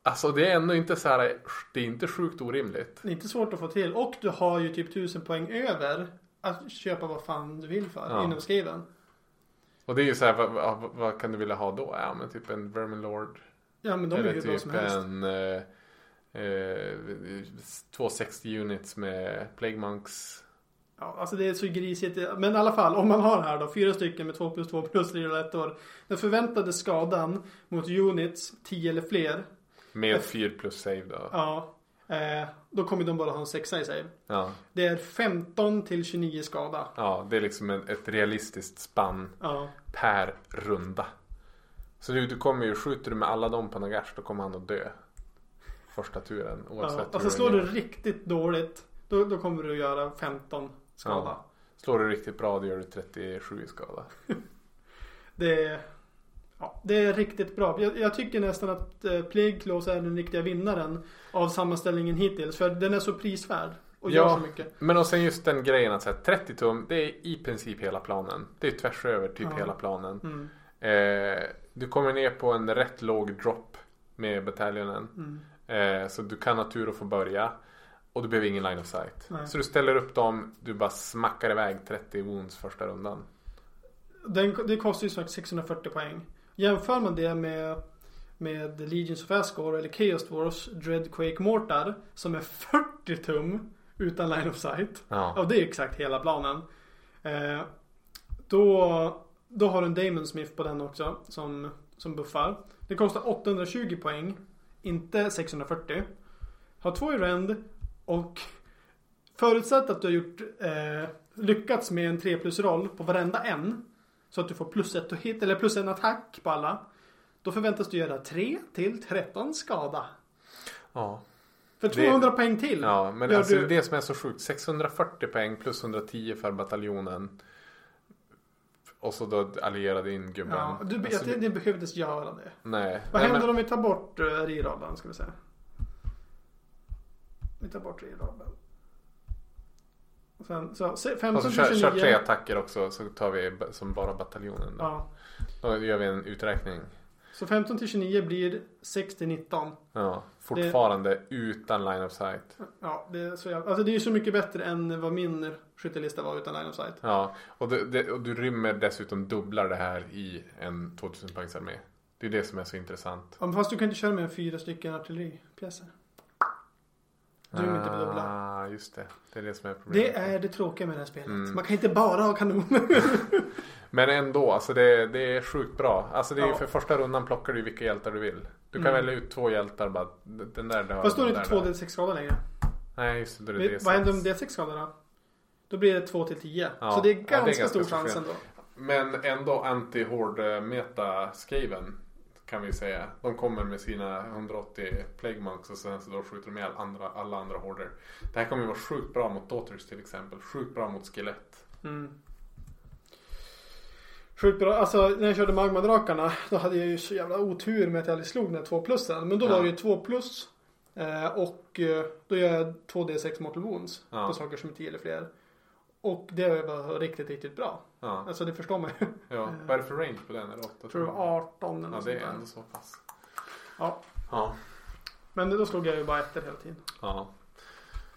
[SPEAKER 2] alltså det är ändå inte så här, det är inte sjukt orimligt.
[SPEAKER 3] Det är inte svårt att få till. Och du har ju typ tusen poäng över att köpa vad fan du vill för
[SPEAKER 2] Ja.
[SPEAKER 3] inom skriven.
[SPEAKER 2] Och det är ju så här, vad, vad, vad kan du vilja ha då? Ja men typ en Vermin Lord.
[SPEAKER 3] Ja, men de är
[SPEAKER 2] Eller
[SPEAKER 3] ju hur bra som
[SPEAKER 2] typ
[SPEAKER 3] helst.
[SPEAKER 2] en eh, eh, 260 units med Plague Monks.
[SPEAKER 3] Ja, alltså det är så grisigt. Men i alla fall, om man har här då, fyra stycken med 2 plus 2 plus 3 ettor. Den förväntade skadan mot units, 10 eller fler,
[SPEAKER 2] Med 4 plus save då.
[SPEAKER 3] ja, eh, då kommer de bara ha en sexa i sig.
[SPEAKER 2] Ja,
[SPEAKER 3] Det är 15 till 29 skada.
[SPEAKER 2] ja det är liksom en, ett realistiskt spann
[SPEAKER 3] Ja,
[SPEAKER 2] per runda. Så du, du kommer ju, skjuter du med alla dem på Nagash då kommer han att dö. Första turen oavsett
[SPEAKER 3] ja.
[SPEAKER 2] hur
[SPEAKER 3] Alltså
[SPEAKER 2] den
[SPEAKER 3] slår
[SPEAKER 2] gör.
[SPEAKER 3] du riktigt dåligt, då, då kommer du göra 15 skada.
[SPEAKER 2] Ja. Slår du riktigt bra då gör du 37 i skada.
[SPEAKER 3] Det, är- ja, det är riktigt bra. Jag, jag tycker nästan att eh, Plague Claws är den riktiga vinnaren av sammanställningen hittills. För den är så prisvärd och gör
[SPEAKER 2] Ja.
[SPEAKER 3] så mycket.
[SPEAKER 2] Men och sen just den grejen att så här, 30 tum det är i princip hela planen. Det är tvärs över typ
[SPEAKER 3] Ja.
[SPEAKER 2] hela planen.
[SPEAKER 3] Mm.
[SPEAKER 2] Eh, du kommer ner på en rätt låg drop med bataljonen.
[SPEAKER 3] Mm.
[SPEAKER 2] Eh, så du kan ha tur att få börja. Och du behöver ingen line of sight.
[SPEAKER 3] Nej.
[SPEAKER 2] Så du ställer upp dem, du bara smackar iväg 30 wounds första rundan.
[SPEAKER 3] Den, det kostar ju snart 640 poäng. Jämför man det med, med Legions of Asgore eller Chaos Dwarfs Dreadquake Mortar som är 40 tum utan line of sight.
[SPEAKER 2] Ja.
[SPEAKER 3] Ja, det är exakt hela planen. Eh, då, då har du en Damon Smith på den också som, som buffar. Det kostar 820 poäng, inte 640. Har två i rend och förutsatt att du har gjort, eh, lyckats med en 3 plus roll på varenda en. Så att du får plus ett to hit, eller plus en attack på alla. Då förväntas du göra 3 till 13 skada.
[SPEAKER 2] Ja.
[SPEAKER 3] För
[SPEAKER 2] Det-
[SPEAKER 3] 200 poäng till.
[SPEAKER 2] Ja, men
[SPEAKER 3] gör
[SPEAKER 2] alltså
[SPEAKER 3] du-
[SPEAKER 2] det är det som är så sjukt. 640 poäng plus 110 för bataljonen. Och så då allierade in gubben.
[SPEAKER 3] Ja, du,
[SPEAKER 2] Alltså,
[SPEAKER 3] jag, det, det behövdes göra det.
[SPEAKER 2] Nej.
[SPEAKER 3] Vad
[SPEAKER 2] nej,
[SPEAKER 3] händer
[SPEAKER 2] men,
[SPEAKER 3] om vi tar bort uh, rirabeln ska vi säga. Vi tar bort rirabeln. Och Sen, så, se- 15
[SPEAKER 2] Och så
[SPEAKER 3] till
[SPEAKER 2] alltså, kör,
[SPEAKER 3] 29.
[SPEAKER 2] kör tre attacker också så tar vi ba- som bara bataljonen. Då.
[SPEAKER 3] Ja.
[SPEAKER 2] då gör vi en uträkning.
[SPEAKER 3] Så 15 till 29 blir 6 till 19.
[SPEAKER 2] Ja, fortfarande utan line of sight.
[SPEAKER 3] Ja, det är, så jag, alltså det är ju så mycket bättre än vad min skyttelista var utan line of sight.
[SPEAKER 2] Ja, och, det, det, och du rymmer dessutom dubblar det här i en 2000 poängsarmé. Det är det som är så intressant.
[SPEAKER 3] Ja, men fast du kan inte köra med fyra stycken artilleripjäser. Du är inte på dubbla.
[SPEAKER 2] Ah, just det. Det är det som är problemet.
[SPEAKER 3] Det är det tråkiga med det här spelet.
[SPEAKER 2] Mm.
[SPEAKER 3] Man kan inte bara ha kanoner.
[SPEAKER 2] Men ändå, alltså det, det är sjukt bra. Alltså det är ju
[SPEAKER 3] Ja.
[SPEAKER 2] för första rundan plockar du vilka hjältar du vill. Du kan
[SPEAKER 3] Mm.
[SPEAKER 2] välja ut två hjältar bara. Den där dör.
[SPEAKER 3] Fast då är
[SPEAKER 2] den
[SPEAKER 3] det inte
[SPEAKER 2] där
[SPEAKER 3] 2D6 skada längre.
[SPEAKER 2] dör. Nej, just det. Då är det
[SPEAKER 3] Men
[SPEAKER 2] D6.
[SPEAKER 3] Vad händer om D6 skadar då? Då blir det 2 till 10.
[SPEAKER 2] Ja,
[SPEAKER 3] Så det är
[SPEAKER 2] ja, det är
[SPEAKER 3] ganska,
[SPEAKER 2] ganska
[SPEAKER 3] stor
[SPEAKER 2] stor
[SPEAKER 3] chans
[SPEAKER 2] skillnad.
[SPEAKER 3] ändå.
[SPEAKER 2] Men ändå anti-hård-meta-skriven. Kan vi säga. De kommer med sina 180 plague monks och sen så då skjuter de ihjäl andra, alla andra horder. Det här kommer ju vara sjukt bra mot daughters till exempel. Sjukt bra mot skelett.
[SPEAKER 3] Mm. Sjukt bra. Alltså när jag körde magmadrakarna då hade jag ju så jävla otur med att jag aldrig slog den här 2 plussen. Men då
[SPEAKER 2] Ja.
[SPEAKER 3] var det ju 2 plus. Eh, och eh, då gör jag 2D6 mortal wounds
[SPEAKER 2] Ja.
[SPEAKER 3] på saker som är 10 eller fler. Och det var riktigt, riktigt bra.
[SPEAKER 2] Ja.
[SPEAKER 3] Alltså det förstår man ju.
[SPEAKER 2] ja. Vad är det för range på den? Är det 8?
[SPEAKER 3] Jag tror det var 18 eller
[SPEAKER 2] Ja,
[SPEAKER 3] något
[SPEAKER 2] det är
[SPEAKER 3] sånt där.
[SPEAKER 2] ändå så pass.
[SPEAKER 3] Ja.
[SPEAKER 2] Ja.
[SPEAKER 3] Men då slog jag ju bara efter hela tiden.
[SPEAKER 2] ja.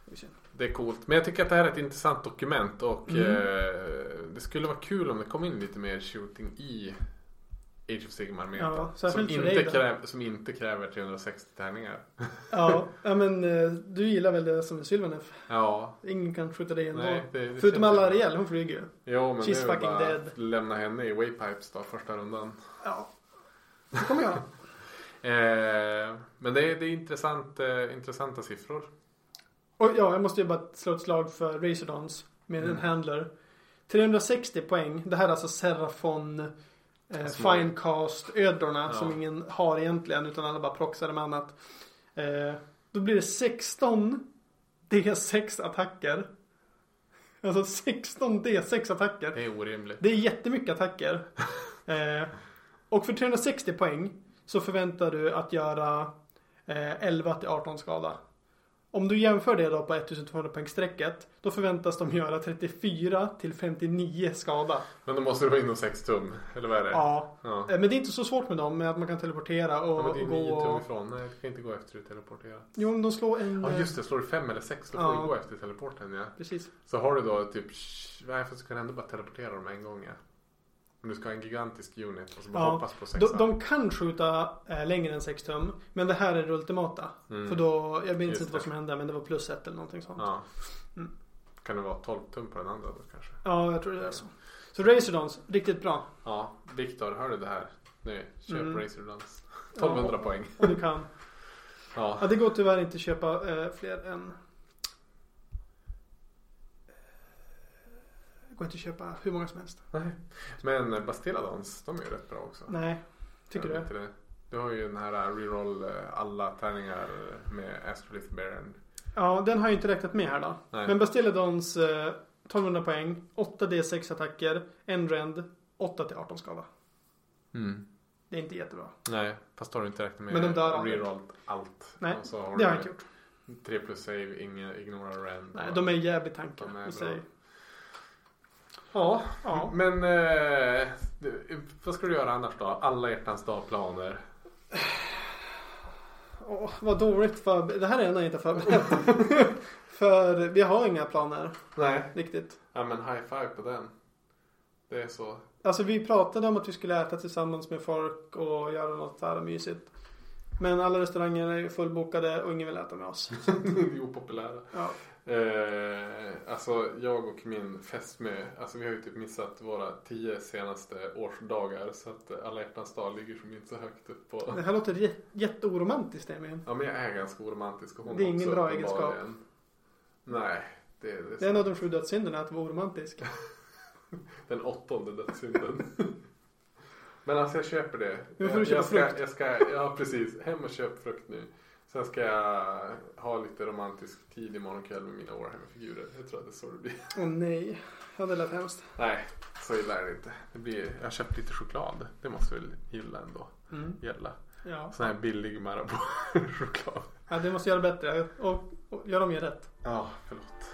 [SPEAKER 3] Det är synd.
[SPEAKER 2] Det är coolt. Men jag tycker att det här är ett intressant dokument och
[SPEAKER 3] Mm.
[SPEAKER 2] eh, det skulle vara kul om det kom in lite mer shooting i Age of Sigmar meta
[SPEAKER 3] Ja,
[SPEAKER 2] som,
[SPEAKER 3] särskilt för dig
[SPEAKER 2] inte
[SPEAKER 3] då.
[SPEAKER 2] kräv, som inte kräver 360 tärningar.
[SPEAKER 3] Ja, ja, men eh, du gillar väl det som är Sylvanef?
[SPEAKER 2] Ja,
[SPEAKER 3] Ingen kan skjuta dig ändå.
[SPEAKER 2] nej. Det, det
[SPEAKER 3] Förutom
[SPEAKER 2] känns
[SPEAKER 3] alla
[SPEAKER 2] bra.
[SPEAKER 3] Ariel, hon flyger ju.
[SPEAKER 2] Jo, men
[SPEAKER 3] She's
[SPEAKER 2] det är väl
[SPEAKER 3] fucking
[SPEAKER 2] bara
[SPEAKER 3] dead.
[SPEAKER 2] att lämna henne i Waypipes då, första rundan.
[SPEAKER 3] Ja. Det kommer jag göra.
[SPEAKER 2] Eh, men det är, det är intressant, eh, intressanta siffror.
[SPEAKER 3] Och ja, jag måste ju bara slå ett slag för Razordons med en handler. 360 poäng. Det här är alltså Serafon, eh,
[SPEAKER 2] Små.
[SPEAKER 3] Finecast-ödlorna
[SPEAKER 2] Ja.
[SPEAKER 3] som ingen har egentligen utan alla bara proxar med annat. Eh, då blir det 16 D6-attacker. Alltså 16 D6-attacker.
[SPEAKER 2] Det är orimligt.
[SPEAKER 3] Det är jättemycket attacker. Eh, och för 360 poäng så förväntar du att göra eh, 11 till 18 skada. Om du jämför det då på 1200 poängstrecket då förväntas de göra 34 till 59 skada.
[SPEAKER 2] Men då måste det vara inom 6 tum. Eller vad är det?
[SPEAKER 3] Ja.
[SPEAKER 2] Ja.
[SPEAKER 3] Eh, Men det är inte så svårt med dem, med att man kan teleportera och,
[SPEAKER 2] Ja, men det är
[SPEAKER 3] och gå
[SPEAKER 2] 9 tum
[SPEAKER 3] och...
[SPEAKER 2] ifrån. Nej, du kan inte gå efter att teleportera.
[SPEAKER 3] Jo, om de slår en...
[SPEAKER 2] Ja
[SPEAKER 3] eh,
[SPEAKER 2] just det, slår du 5 eller 6 då får
[SPEAKER 3] Ja.
[SPEAKER 2] du gå efter teleporten ja.
[SPEAKER 3] Precis.
[SPEAKER 2] Så har du då typ, sh- nej fast du kan ändå bara teleportera dem en gång ja. Om du ska ha en gigantisk unit och så bara
[SPEAKER 3] Ja.
[SPEAKER 2] hoppas på 6
[SPEAKER 3] De, de kan skjuta eh, längre än 6 tum, men det här är det ultimata. För då, jag minns
[SPEAKER 2] Just
[SPEAKER 3] inte vad
[SPEAKER 2] det.
[SPEAKER 3] som hände, men det var plus 1 eller någonting sånt.
[SPEAKER 2] Mm. Ja.
[SPEAKER 3] Mm.
[SPEAKER 2] Kan det vara 12 tum på den andra då kanske?
[SPEAKER 3] Ja, jag tror det är så. Så Razordons, riktigt bra.
[SPEAKER 2] Ja, Viktor, hör du det här? Nu, köp
[SPEAKER 3] Mm.
[SPEAKER 2] Razordance. 1200 poäng.
[SPEAKER 3] Om du kan. Ja,
[SPEAKER 2] Ja.
[SPEAKER 3] det går tyvärr inte att köpa eh, fler än... Det går inte att köpa hur många som helst.
[SPEAKER 2] Nej. Men eh, Bastilladons, de är ju rätt bra också.
[SPEAKER 3] Nej, tycker
[SPEAKER 2] Jag
[SPEAKER 3] du?
[SPEAKER 2] vet inte det. Du har ju den här eh, reroll eh, alla tärningar eh, med Astrolith Baron.
[SPEAKER 3] Ja, den har jag inte räknat med här då.
[SPEAKER 2] Nej.
[SPEAKER 3] Men Bastilladons eh, 1200 poäng, 8 D6 attacker, en rend, 8 till 18 skada.
[SPEAKER 2] Mm.
[SPEAKER 3] Det är inte jättebra.
[SPEAKER 2] Nej, fast har du inte räknat med
[SPEAKER 3] Men de dör aldrig.
[SPEAKER 2] reroll allt.
[SPEAKER 3] Nej,
[SPEAKER 2] Och så har
[SPEAKER 3] Det har
[SPEAKER 2] du
[SPEAKER 3] jag inte gjort.
[SPEAKER 2] 3 plus save, ingen, ignora rand.
[SPEAKER 3] Nej,
[SPEAKER 2] Och-
[SPEAKER 3] de är jävligt tankiga
[SPEAKER 2] De är
[SPEAKER 3] i
[SPEAKER 2] bra.
[SPEAKER 3] sig.
[SPEAKER 2] Ja,
[SPEAKER 3] Ja.
[SPEAKER 2] men eh, vad ska du göra annars då? Alla hjärtans dag-planer.
[SPEAKER 3] Åh, vad dåligt för... Det här är en jag inte förberett. för vi har inga planer
[SPEAKER 2] Nej.
[SPEAKER 3] riktigt.
[SPEAKER 2] Ja, men high five på den. Det är så.
[SPEAKER 3] Alltså vi pratade om att vi skulle äta tillsammans med folk och göra något så här mysigt. Men alla restauranger är ju fullbokade och ingen vill äta med oss.
[SPEAKER 2] Vi är opopulära.
[SPEAKER 3] Ja.
[SPEAKER 2] Eh, alltså jag och min fästmö, alltså vi har ju typ missat våra tio senaste årsdagar så att eh, alla hjärtans dag ligger som inte så högt upp på.
[SPEAKER 3] Det här låter jä- jätteoromantiskt Emil.
[SPEAKER 2] Ja men jag är ganska oromantisk och hon
[SPEAKER 3] Det är ingen
[SPEAKER 2] också,
[SPEAKER 3] bra
[SPEAKER 2] uppenbarligen.
[SPEAKER 3] egenskap.
[SPEAKER 2] Nej, det är, det
[SPEAKER 3] Det är en av de sju dödssynderna att vara oromantisk.
[SPEAKER 2] den åttonde dödssynden. men alltså jag köper det.
[SPEAKER 3] Men får du
[SPEAKER 2] jag,
[SPEAKER 3] köpa
[SPEAKER 2] jag ska,
[SPEAKER 3] frukt?
[SPEAKER 2] jag ska, ja precis, hem och köp frukt nu. Sen ska jag ha lite romantisk tid imorgon kväll med mina Warhammer-figurer. Jag tror att det är så det blir.
[SPEAKER 3] Åh nej. Ja, det lät hemskt.
[SPEAKER 2] Nej, så illa är det inte. Det blir, jag har köpt lite choklad. Det måste väl gilla ändå.
[SPEAKER 3] Mm.
[SPEAKER 2] Gälla.
[SPEAKER 3] Ja.
[SPEAKER 2] Sån här billig Marabou-choklad.
[SPEAKER 3] ja, det måste göra bättre och, och göra mer rätt.
[SPEAKER 2] Ja, förlåt.